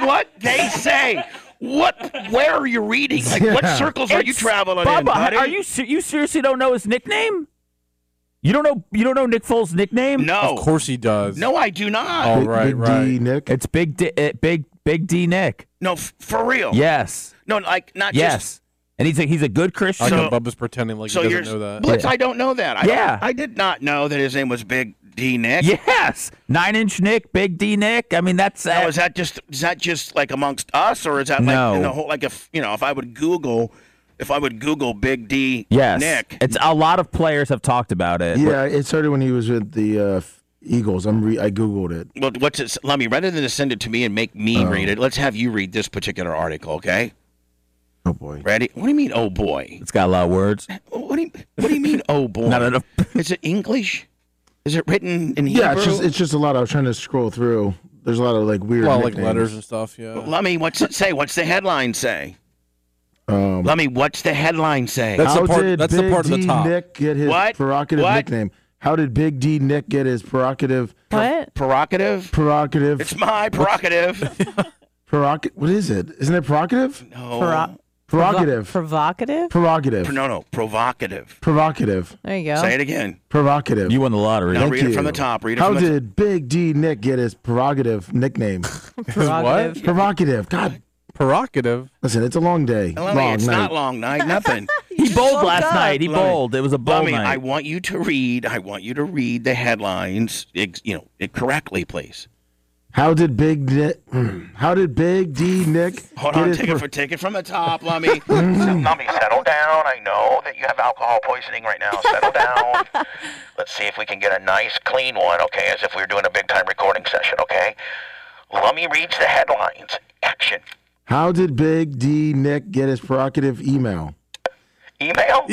Speaker 13: what they say, what? Where are you reading? Like what
Speaker 5: Yeah.
Speaker 13: circles are you
Speaker 5: It's-
Speaker 13: traveling
Speaker 5: Bubba,
Speaker 13: in, buddy?
Speaker 5: are you se- you seriously don't know his nickname? You don't know you don't know Nick Foles' nickname?
Speaker 13: No,
Speaker 3: Of course he does.
Speaker 13: Oh, no, I do not.
Speaker 5: Oh.
Speaker 3: All right, right.
Speaker 6: Nick.
Speaker 5: it's Big D, uh, Big Big D Nick.
Speaker 13: No, f- for real.
Speaker 5: Yes,
Speaker 13: No, like not
Speaker 5: yes,
Speaker 13: Oh. just.
Speaker 5: and he's a, he's a good
Speaker 3: I
Speaker 5: Christian.
Speaker 13: So-
Speaker 3: know Bubba's pretending like
Speaker 13: So
Speaker 3: he
Speaker 13: you're
Speaker 3: doesn't know that.
Speaker 13: Blitz. I don't know that. I don't-
Speaker 5: Yeah.
Speaker 13: I did not know that his name was Big D Nick.
Speaker 5: yes, nine inch Nick, Big D Nick. I mean that's
Speaker 13: Now,
Speaker 5: uh,
Speaker 13: is that just is that just like amongst us, or is that like
Speaker 5: No.
Speaker 13: in the whole like if you know if I would Google if I would Google Big D
Speaker 5: yes.
Speaker 13: Nick?
Speaker 5: It's a lot of players have talked about it.
Speaker 7: Yeah, it started when he was with the uh, Eagles. I'm re- I googled it.
Speaker 13: Well, what's it? Let me rather than to send it to me and make me
Speaker 5: Oh.
Speaker 13: read it. Let's have you read this particular article, okay?
Speaker 7: Oh boy.
Speaker 13: Ready? What do you mean, oh boy?
Speaker 5: It's got a lot of words.
Speaker 13: What do you What do you mean, oh boy?
Speaker 5: Not enough.
Speaker 13: Is it English? Is it written in Hebrew?
Speaker 7: Yeah, it's just it's just a lot. I was trying to scroll through. There's a lot of like
Speaker 3: A
Speaker 7: weird
Speaker 3: lot of like
Speaker 7: nicknames.
Speaker 3: letters and stuff. Yeah.
Speaker 13: Let me. What's it say? What's the headline say?
Speaker 7: Um,
Speaker 13: Let me. What's the headline say?
Speaker 3: That's
Speaker 7: how
Speaker 3: the part.
Speaker 7: did
Speaker 3: That's
Speaker 7: Big
Speaker 3: the part of
Speaker 7: D
Speaker 3: the top.
Speaker 7: Nick get his
Speaker 13: What?
Speaker 7: prerogative
Speaker 13: What?
Speaker 7: nickname? How did Big D Nick get his prerogative?
Speaker 4: What?
Speaker 13: prerogative.
Speaker 7: Prerogative.
Speaker 13: It's my prerogative.
Speaker 7: Prerog- What is it? Isn't it prerogative?
Speaker 13: no.
Speaker 4: Pro-
Speaker 7: Prerogative.
Speaker 4: Provocative?
Speaker 7: prerogative.
Speaker 13: no, no. Provocative.
Speaker 7: provocative.
Speaker 4: There you go.
Speaker 13: Say it again.
Speaker 7: Provocative.
Speaker 5: You won the lottery.
Speaker 13: Now
Speaker 7: Thank
Speaker 13: read it from
Speaker 7: you.
Speaker 13: the top. Read it
Speaker 7: How
Speaker 13: from the
Speaker 7: did Big D Nick get his prerogative nickname?
Speaker 4: Prerogative.
Speaker 7: Provocative. God,
Speaker 3: Prerogative.
Speaker 7: listen, it's a long day.
Speaker 13: Lummy,
Speaker 7: long
Speaker 13: it's
Speaker 7: night.
Speaker 13: not long night. Nothing.
Speaker 5: He bowled last night. He
Speaker 13: Let me-
Speaker 5: bowled. It was a bowl
Speaker 13: Lummy,
Speaker 5: night.
Speaker 13: I want you to read. I want you to read the headlines. ex- You know, it correctly, please.
Speaker 7: How did Big Nick? How did Big D Nick?
Speaker 13: Hold
Speaker 7: get
Speaker 13: on.
Speaker 7: his
Speaker 13: Take it,
Speaker 7: pre-
Speaker 13: from, take it from the top, Lummy. Lummy, settle down. I know that you have alcohol poisoning right now. Settle down. Let's see if we can get a nice, clean one, okay, as if we were doing a big time recording session, okay? Lummy reads the headlines. Action.
Speaker 7: How did Big D Nick get his prerogative email?
Speaker 13: Email?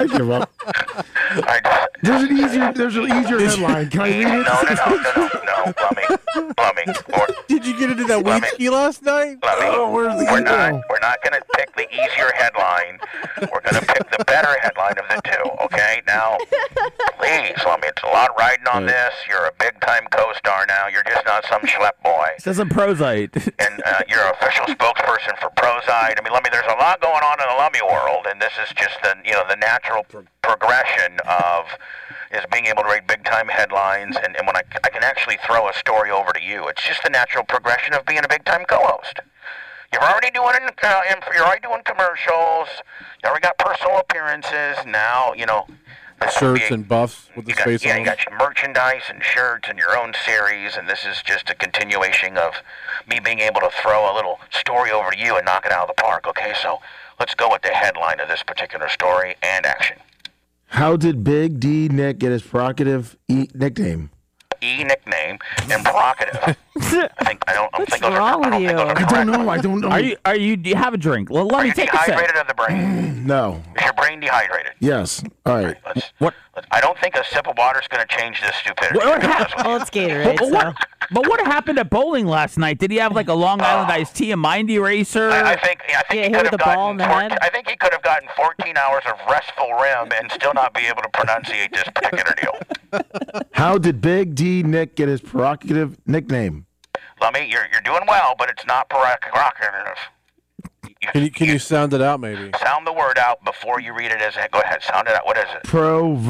Speaker 7: I give up.
Speaker 13: I,
Speaker 7: There's an easier. There's an easier headline. Can I read
Speaker 13: No,
Speaker 7: it?
Speaker 13: no, no, no, no, no, Lummy, Lummy, we're,
Speaker 3: Did you get into that weed
Speaker 13: Lummy.
Speaker 3: ski last night?
Speaker 13: Lummy,
Speaker 3: Oh, where's the
Speaker 13: we're not, we're not going to pick the easier headline. We're going to pick the better headline of the two. Okay, now, please, Lummy, it's a lot riding on this. You're a big time co-star now. You're just not some schlep boy,
Speaker 5: Says a prosite.
Speaker 13: and uh, you're an official spokesperson for Prozide. I mean, Lummy, there's a lot going on in the Lummy world, and this is just the you know the natural pro- progression of. Is being able to read big time headlines, and, and when I, I can actually throw a story over to you, it's just the natural progression of being a big time co host. You're already doing uh, inf- you're already doing commercials. You already got personal appearances. Now you know this will
Speaker 3: Shirts
Speaker 13: be a-
Speaker 3: and buffs with the
Speaker 13: you got,
Speaker 3: space
Speaker 13: yeah,
Speaker 3: on
Speaker 13: you
Speaker 3: them.
Speaker 13: got your merchandise and shirts and your own series, and this is just a continuation of me being able to throw a little story over to you and knock it out of the park. Okay, so let's go with the headline of this particular story and action.
Speaker 7: How did Big D Nick get his prerogative e- nickname?
Speaker 13: E nickname and provocative. I think I don't. I don't
Speaker 4: What's
Speaker 13: think those are-
Speaker 4: wrong
Speaker 13: I don't
Speaker 4: with
Speaker 13: think those
Speaker 4: you?
Speaker 13: are
Speaker 7: I
Speaker 13: correct.
Speaker 7: don't know. I don't know.
Speaker 5: Are you? Are you? Do you have a drink? Well, let
Speaker 13: Are
Speaker 5: me
Speaker 13: you
Speaker 5: take a sip.
Speaker 13: dehydrated of the brain?
Speaker 7: No.
Speaker 13: Is your brain dehydrated?
Speaker 7: Yes. All right.
Speaker 13: Let's,
Speaker 5: What?
Speaker 13: let's- I don't think a sip of water is going to change this stupidity.
Speaker 5: What- what hap-
Speaker 4: Well, it's
Speaker 5: But,
Speaker 4: Gatorade,
Speaker 5: but
Speaker 4: so.
Speaker 5: what, but what happened at bowling last night? Did he have like a Long Island iced tea, a mind eraser?
Speaker 13: Uh, I, I think yeah, I think
Speaker 4: Yeah,
Speaker 13: he
Speaker 4: hit
Speaker 13: could
Speaker 4: with
Speaker 13: have
Speaker 4: the ball in
Speaker 13: gotten
Speaker 4: the
Speaker 13: 14
Speaker 4: head.
Speaker 13: I think he could have gotten 14 hours of restful rim and still not be able to pronunciate this particular deal.
Speaker 7: How did Big D Nick get his prerogative nickname?
Speaker 13: Lummy, you're you're doing well, but it's not provocative.
Speaker 3: Can you can you sound it out maybe?
Speaker 13: Sound the word out before you read it as a, go ahead, sound it out. What is it?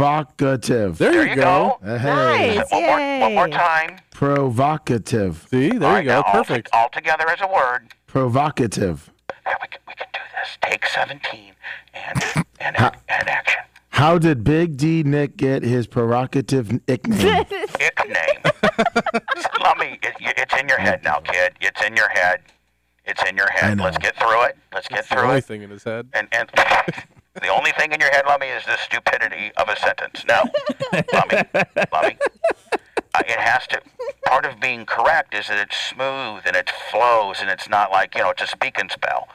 Speaker 7: Provocative.
Speaker 3: There,
Speaker 13: There
Speaker 3: you
Speaker 13: you
Speaker 3: go.
Speaker 13: go.
Speaker 7: Hey.
Speaker 4: Nice.
Speaker 13: One more, one more
Speaker 4: Yay.
Speaker 13: time.
Speaker 7: Provocative.
Speaker 3: See, there
Speaker 13: All
Speaker 3: you
Speaker 13: right,
Speaker 3: go.
Speaker 13: now all-
Speaker 3: Perfect.
Speaker 13: All, together as a word.
Speaker 7: Provocative.
Speaker 13: Yeah, we can, we can do this. Take 17 and and, and action.
Speaker 7: How did Big D Nick get his prerogative nickname?
Speaker 13: Ick name. Lummy, it, it's in your head now, kid. It's in your head. It's in your head. Let's get through it. Let's get
Speaker 3: The
Speaker 13: through
Speaker 3: only
Speaker 13: it.
Speaker 3: thing in his head.
Speaker 13: And and the only thing in your head, Lummy, is the stupidity of a sentence. No, Lummy, Lummy, uh, it has to. Part of being correct is that it's smooth and it flows and it's not like you know it's a speaking spell.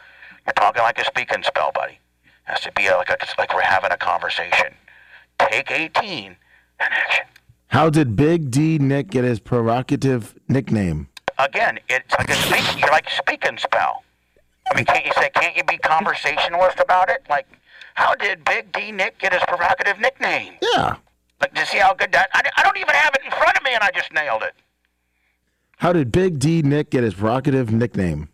Speaker 13: You're talking like a speaking spell, buddy. has to be like a, it's like we're having a conversation. Take 18 and action.
Speaker 7: How did Big D Nick get his prerogative nickname?
Speaker 13: again, it's like a speak, you're like speaking spell. I mean, can't you say, can't you be conversationalist about it? Like, how did Big D Nick get his provocative nickname?
Speaker 7: Yeah.
Speaker 13: Like, do you see how good that? I, I don't even have it in front of me, and I just nailed it.
Speaker 7: How did Big D Nick get his provocative nickname?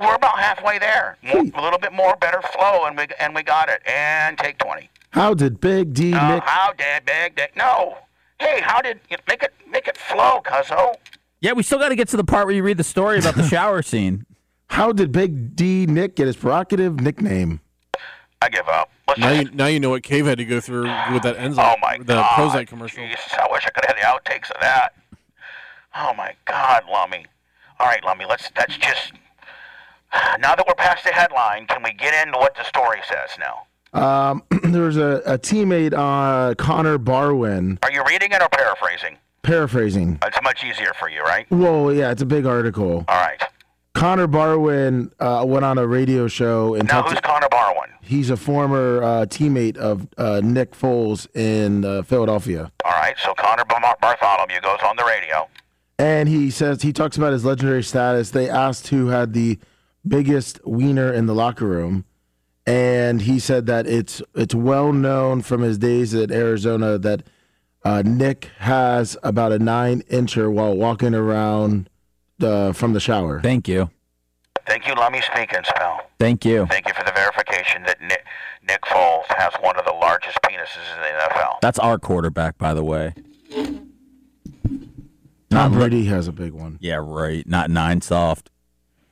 Speaker 13: We're about halfway there. More,
Speaker 3: Hmm.
Speaker 13: a little bit more, better flow, and we and we got it. And take twenty.
Speaker 7: How did Big D
Speaker 13: Uh,
Speaker 7: Nick?
Speaker 13: how did Big Dick? No. Hey, how did make it make it flow, Cuzzo?
Speaker 5: Yeah, we still got to get to the part where you read the story about the shower scene.
Speaker 7: How did Big D Nick get his provocative nickname?
Speaker 13: I give up.
Speaker 3: Now you, now you know what Cave had to go through with that
Speaker 2: Oh
Speaker 3: Enzyme, the Prozac commercial.
Speaker 13: Oh Jesus, I wish I could have the outtakes of that. Oh my God, Lummy. All right, Lummy. Let's. That's just. Now that we're past the headline, can we get into what the story says now?
Speaker 7: Um, there was a, a teammate, uh, Connor Barwin,
Speaker 13: Are you reading it or paraphrasing? Uh,
Speaker 7: paraphrasing.
Speaker 13: It's much easier for you, right?
Speaker 7: Whoa, yeah, it's a big article.
Speaker 13: All right.
Speaker 7: Connor Barwin uh, went on a radio show and
Speaker 13: Now,
Speaker 7: talked
Speaker 13: who's
Speaker 7: to-
Speaker 13: Connor Barwin?
Speaker 7: he's a former uh, teammate of uh, Nick Foles in uh, Philadelphia.
Speaker 13: All right. So Connor Bar- Bartholomew goes on the radio.
Speaker 7: And he says he talks about his legendary status. They asked who had the biggest wiener in the locker room, and he said that it's it's well known from his days at Arizona that uh, Nick has about a nine incher while walking around the from the shower.
Speaker 5: Thank you.
Speaker 13: Thank you, Lummy Speaking Spell.
Speaker 5: Thank you.
Speaker 13: Thank you for the verification that Nick, Nick Foles has one of the largest penises in the NFL.
Speaker 5: That's our quarterback, by the way.
Speaker 7: Tom Brady has a big one.
Speaker 5: Yeah, right. Not nine soft.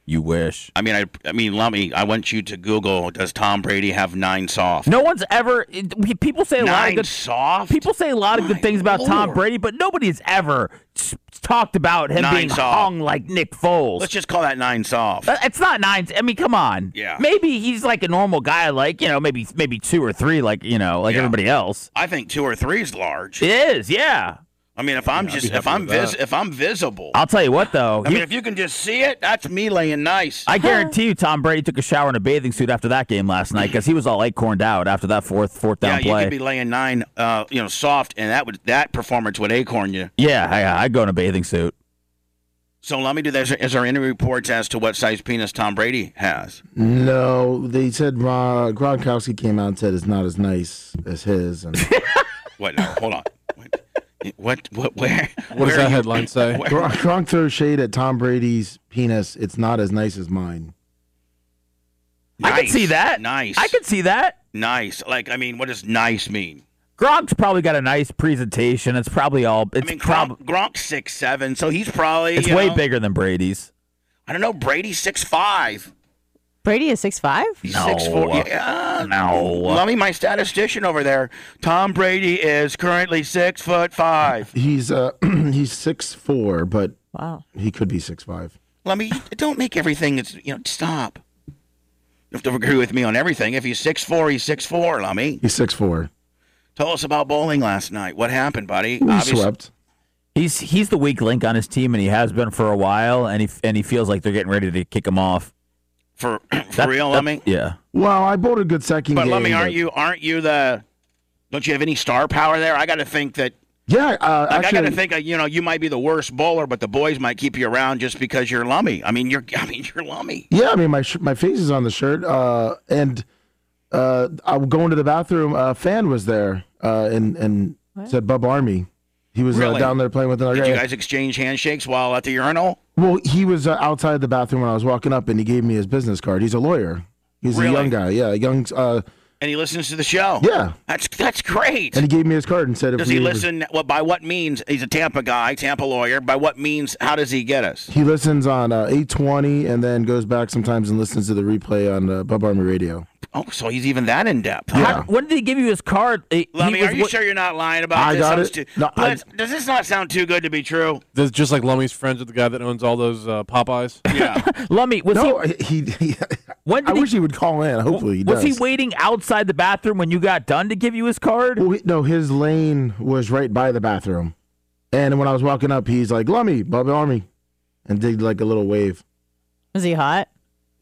Speaker 5: You wish.
Speaker 13: I mean, I, I mean, Lummy, I want you to Google. Does Tom Brady have nine soft?
Speaker 5: No one's ever. it- People say a lot
Speaker 13: Nine
Speaker 5: of good.
Speaker 13: soft.
Speaker 5: People say a lot of good things about Tom
Speaker 13: Lord.
Speaker 5: Brady, but nobody's ever s- talked about him
Speaker 13: Nine
Speaker 5: being
Speaker 13: soft.
Speaker 5: hung like Nick Foles.
Speaker 13: Let's just call that nine soft.
Speaker 5: Uh, It's not nine. I mean, come on.
Speaker 13: Yeah.
Speaker 5: Maybe he's like a normal guy, like you know, maybe maybe two or three, like you know, like
Speaker 13: Yeah.
Speaker 5: everybody else.
Speaker 13: I think two or three is large.
Speaker 5: It is, yeah.
Speaker 13: I mean, if I'm
Speaker 3: I'd
Speaker 13: just
Speaker 3: be
Speaker 13: if
Speaker 3: happy
Speaker 13: I'm
Speaker 3: with
Speaker 13: vis-
Speaker 3: that.
Speaker 13: if I'm visible,
Speaker 5: I'll tell you what, though.
Speaker 13: I
Speaker 5: You-
Speaker 13: mean, if you can just see it, that's me laying nice.
Speaker 5: I guarantee you, Tom Brady took a shower in a bathing suit after that game last night because he was all acorned out after that fourth fourth
Speaker 13: yeah,
Speaker 5: down
Speaker 13: you
Speaker 5: play.
Speaker 13: could be laying nine, uh, you know, soft, and that would that performance would acorn you.
Speaker 5: yeah, I, I'd go in a bathing suit.
Speaker 13: So let me do this. Is there any reports as to what size penis Tom Brady has?
Speaker 7: No, they said uh, Gronkowski came out and said it's not as nice as his. And
Speaker 13: What? No, hold on. What? What? what where?
Speaker 3: What does
Speaker 13: where
Speaker 3: that
Speaker 13: are you-
Speaker 3: headline say?
Speaker 13: where-
Speaker 7: Gronk, Gronk throws shade at Tom Brady's penis. It's not as nice as mine.
Speaker 5: I could see
Speaker 13: Nice,
Speaker 5: that.
Speaker 13: Nice.
Speaker 5: I could see that.
Speaker 13: nice. Like, I mean, what does nice mean?
Speaker 5: Gronk's probably got a nice presentation. It's probably all. It's
Speaker 13: I mean,
Speaker 5: prob-
Speaker 13: Gronk, Gronk's six seven, so he's probably
Speaker 5: It's
Speaker 13: you
Speaker 5: way
Speaker 13: know,
Speaker 5: bigger than Brady's.
Speaker 13: I don't know. Brady's six five.
Speaker 4: Brady is six five.
Speaker 5: No.
Speaker 13: Six four. Yeah.
Speaker 5: No.
Speaker 13: Lummy, my statistician over there. Tom Brady is currently six foot five.
Speaker 7: He's uh he's six four, but
Speaker 4: Wow.
Speaker 7: he could be six five.
Speaker 13: Lummy, don't make everything. It's you know. Stop. You have to agree with me on everything. If he's six four, he's six four. Lummy,
Speaker 7: He's six four.
Speaker 13: tell us about bowling last night. What happened, buddy?
Speaker 7: We
Speaker 13: Obvious-
Speaker 7: swept.
Speaker 5: He's he's the weak link on his team, and he has been for a while. And he and he feels like they're getting ready to kick him off.
Speaker 13: for for
Speaker 5: That-
Speaker 13: real,
Speaker 5: that-
Speaker 13: Lummy.
Speaker 5: Yeah.
Speaker 7: Well, I bowled a good second
Speaker 13: But
Speaker 7: game.
Speaker 13: Lummy, aren't you aren't you the? Don't you have any star power there? I got to think that
Speaker 7: Yeah, uh,
Speaker 13: Like, I
Speaker 7: actually,
Speaker 13: got to think, uh, you know, you might be the worst bowler, but the boys might keep you around just because you're lummy. I mean, you're, I mean, you're lummy.
Speaker 7: yeah. I mean, my sh- my face is on the shirt, uh, and uh, I'm going to the bathroom. A fan was there, uh, and and said Bub Army. He was uh,
Speaker 13: Really?
Speaker 7: down there playing with another
Speaker 13: Did
Speaker 7: guy.
Speaker 13: you guys exchange handshakes while at the urinal?
Speaker 7: Well, he was uh, outside the bathroom when I was walking up, and he gave me his business card. He's a lawyer. He's
Speaker 13: Really?
Speaker 7: a young guy. Yeah, a young. Uh,
Speaker 13: And he listens to the show.
Speaker 7: yeah,
Speaker 13: that's that's great.
Speaker 7: and he gave me his card and said, if
Speaker 13: does
Speaker 7: we
Speaker 13: he
Speaker 7: were-
Speaker 13: listen? Well, by what means? He's a Tampa guy, Tampa lawyer. By what means? How does he get us?
Speaker 7: He listens on uh, eight twenty, and then goes back sometimes and listens to the replay on uh, Bub Army Radio.
Speaker 13: Oh, so he's even that in depth.
Speaker 7: Yeah.
Speaker 5: How, when did he give you his card? He- he
Speaker 13: Lummy,
Speaker 5: was
Speaker 13: are you
Speaker 5: wa-
Speaker 13: sure you're not lying about
Speaker 7: I
Speaker 13: this?
Speaker 7: got
Speaker 13: I'm
Speaker 7: it.
Speaker 13: stu-
Speaker 7: No, I-
Speaker 13: Blitz, does this not sound too good to be true?
Speaker 3: That's just like Lummy's friends with the guy that owns all those uh, Popeyes.
Speaker 13: Yeah.
Speaker 5: Lummy, was
Speaker 7: No,
Speaker 5: he?
Speaker 7: he. he
Speaker 5: When did
Speaker 7: I
Speaker 5: he-
Speaker 7: wish he would call in. Hopefully, he
Speaker 5: was
Speaker 7: does.
Speaker 5: he waiting outside the bathroom when you got done to give you his card?
Speaker 7: Well, he- no, his lane was right by the bathroom, and when I was walking up, he's like, "Lummy, Bub Army," and did like a little wave.
Speaker 4: Was he hot?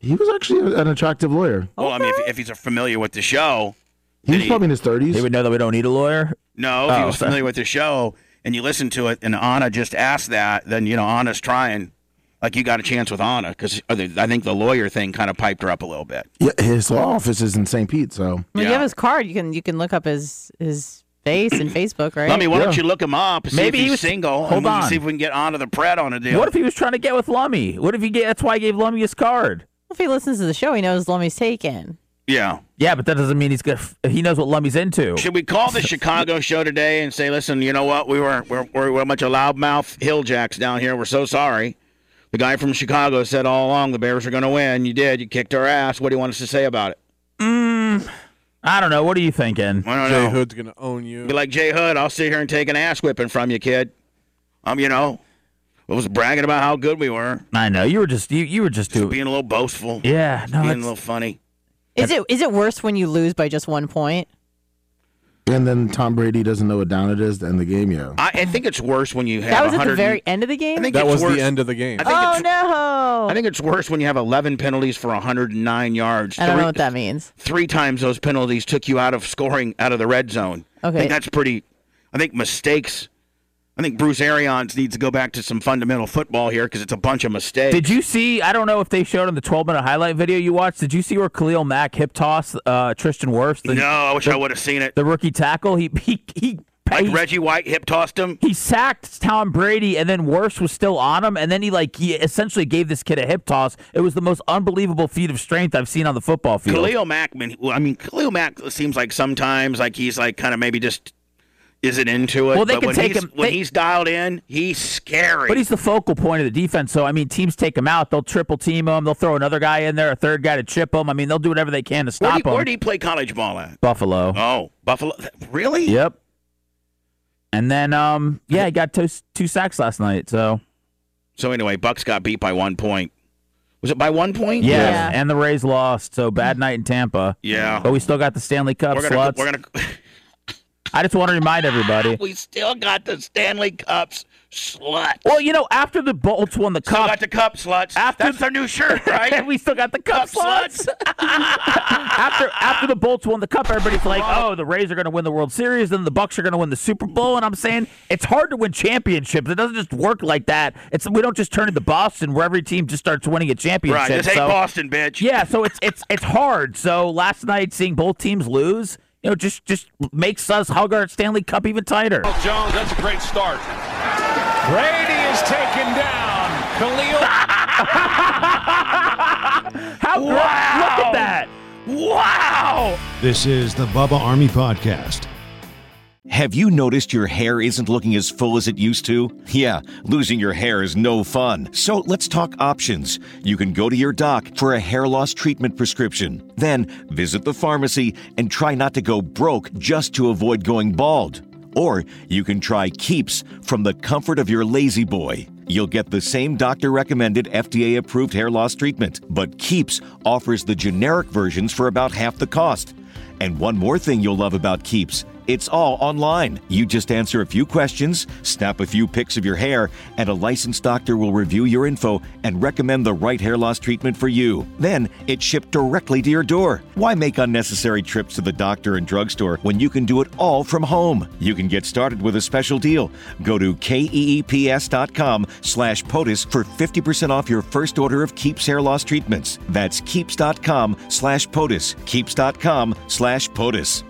Speaker 7: He was actually an attractive lawyer.
Speaker 13: Well, I mean, if, if he's familiar with the show,
Speaker 7: He
Speaker 13: Did
Speaker 7: was
Speaker 13: he-
Speaker 7: probably in his thirties.
Speaker 5: They would know that we don't need a lawyer.
Speaker 13: No, if he
Speaker 5: Oh,
Speaker 13: was
Speaker 5: sorry.
Speaker 13: familiar with the show,
Speaker 2: and you listen to it, and Anna just asked that, then you know Anna's trying. Like you got a chance with Anna because
Speaker 13: uh,
Speaker 2: I think the lawyer thing kind of piped her up a little bit.
Speaker 7: Yeah, his law office is in St. Pete, so
Speaker 4: Well, you have his card. You can you can look up his his face and Facebook, right?
Speaker 2: Lummy, why don't you look him up? See
Speaker 5: Maybe
Speaker 2: if
Speaker 5: he
Speaker 2: he's
Speaker 5: was-
Speaker 2: single. and
Speaker 5: hold
Speaker 2: we can
Speaker 5: on.
Speaker 2: See if we can get Anna the Pred on a deal.
Speaker 5: What if he was trying to get with Lummy? What if he get? That's why I gave Lummy his card.
Speaker 4: If he listens to the show, he knows Lummy's taken.
Speaker 2: Yeah.
Speaker 5: Yeah, but that doesn't mean he's got. He knows what Lummy's into.
Speaker 2: Should we call the Chicago show today and say, listen, you know what? We were we're, we're, we're a bunch of loudmouth hilljacks down here. We're so sorry. The guy from Chicago said all along the Bears are going to win. You did. You kicked our ass. What do you want us to say about it?
Speaker 5: Mm, I don't know. What are you thinking?
Speaker 2: I don't
Speaker 3: Jay
Speaker 2: know.
Speaker 3: Hood's gonna own you.
Speaker 2: Be like Jay Hood. I'll sit here and take an ass whipping from you, kid. Um, you know, I was bragging about how good we were,
Speaker 5: I know you were just you you were just doing.
Speaker 2: being a little boastful.
Speaker 5: Yeah, no,
Speaker 2: being a
Speaker 5: it's-
Speaker 2: little funny.
Speaker 4: Is it is it worse when you lose by just one point?
Speaker 7: and then Tom Brady doesn't know what down it is to end the game, yo.
Speaker 2: I, I think it's worse when you have
Speaker 4: That was at
Speaker 2: 100
Speaker 4: the very end of the game.
Speaker 2: I think
Speaker 7: That
Speaker 2: it's
Speaker 7: was the
Speaker 2: worse-
Speaker 7: end of the game.
Speaker 2: I think
Speaker 4: oh
Speaker 2: it's
Speaker 4: no!
Speaker 2: I think it's worse when you have 11 penalties for 109 yards.
Speaker 4: I don't
Speaker 2: Three-
Speaker 4: know what that means.
Speaker 2: Three times those penalties took you out of scoring out of the red zone. I
Speaker 4: Okay.
Speaker 2: think that's pretty. I think mistakes. I think Bruce Arians needs to go back to some fundamental football here because it's a bunch of mistakes.
Speaker 5: Did you see? I don't know if they showed on the 12 minute highlight video you watched. Did you see where Khalil Mack hip toss uh, Tristan Wirfs? The,
Speaker 2: no, I wish I would have seen it.
Speaker 5: the rookie tackle. He he he.
Speaker 2: Like
Speaker 5: he,
Speaker 2: Reggie White hip tossed him.
Speaker 5: he sacked Tom Brady, and then Wirfs was still on him, and then he like he essentially gave this kid a hip toss. It was the most unbelievable feat of strength I've seen on the football field.
Speaker 2: Khalil Mack, man, well, I mean, Khalil Mack seems like sometimes like he's like kind of maybe just isn't into it.
Speaker 5: Well, they
Speaker 2: but
Speaker 5: can
Speaker 2: when
Speaker 5: take
Speaker 2: he's-
Speaker 5: him-
Speaker 2: when
Speaker 5: they-
Speaker 2: he's dialed in. He's scary.
Speaker 5: But he's the focal point of the defense. So I mean, teams take him out. They'll triple team him. They'll throw another guy in there, a third guy to chip him. I mean, they'll do whatever they can to
Speaker 2: where
Speaker 5: stop
Speaker 2: do you- where
Speaker 5: him.
Speaker 2: do you play college ball at?
Speaker 5: Buffalo.
Speaker 2: Oh, Buffalo. Really?
Speaker 5: Yep. And then, um, yeah, he got two, two sacks last night. So
Speaker 2: So anyway, Bucks got beat by one point. Was it by one point?
Speaker 5: yeah, and the Rays lost. So bad night in Tampa.
Speaker 2: Yeah.
Speaker 5: but we still got the Stanley Cup.
Speaker 2: We're gonna.
Speaker 5: sluts.
Speaker 2: We're gonna.
Speaker 5: I just want to remind everybody.
Speaker 2: We still got the Stanley Cups, slut.
Speaker 5: Well, you know, after the Bolts won the
Speaker 2: Still
Speaker 5: cup,
Speaker 2: got the cup, sluts.
Speaker 5: After-
Speaker 2: That's their new shirt, right?
Speaker 5: and we still got the cup,
Speaker 2: sluts.
Speaker 5: sluts. after after the Bolts won the cup, everybody's like, "Oh, the Rays are going to win the World Series, then the Bucks are going to win the Super Bowl." And I'm saying it's hard to win championships. It doesn't just work like that. It's we don't just turn into Boston where every team just starts winning a championship.
Speaker 2: Right. This ain't
Speaker 5: so-
Speaker 2: Boston, bitch.
Speaker 5: Yeah, so it's it's it's hard. So last night, seeing both teams lose, you know, just just makes us hug our Stanley Cup even tighter.
Speaker 14: Jones, that's a great start.
Speaker 15: Brady is taken down. Khalil
Speaker 5: How wow. look at that!
Speaker 2: Wow.
Speaker 11: This is the Bubba Army Podcast.
Speaker 13: Have you noticed your hair isn't looking as full as it used to? Yeah, losing your hair is no fun. So let's talk options. You can go to your doc for a hair loss treatment prescription, then visit the pharmacy and try not to go broke just to avoid going bald. Or you can try Keeps from the comfort of your lazy boy. You'll get the same doctor recommended FDA approved hair loss treatment, but Keeps offers the generic versions for about half the cost. And one more thing you'll love about Keeps it's all online. You just answer a few questions, snap a few pics of your hair, and a licensed doctor will review your info and recommend the right hair loss treatment for you. Then it's shipped directly to your door. Why make unnecessary trips to the doctor and drugstore when you can do it all from home? You can get started with a special deal. Go to E keeps.com slash POTUS for 50% off your first order of Keeps hair loss treatments. That's keeps.com slash POTUS. Keeps.com slash POTUS.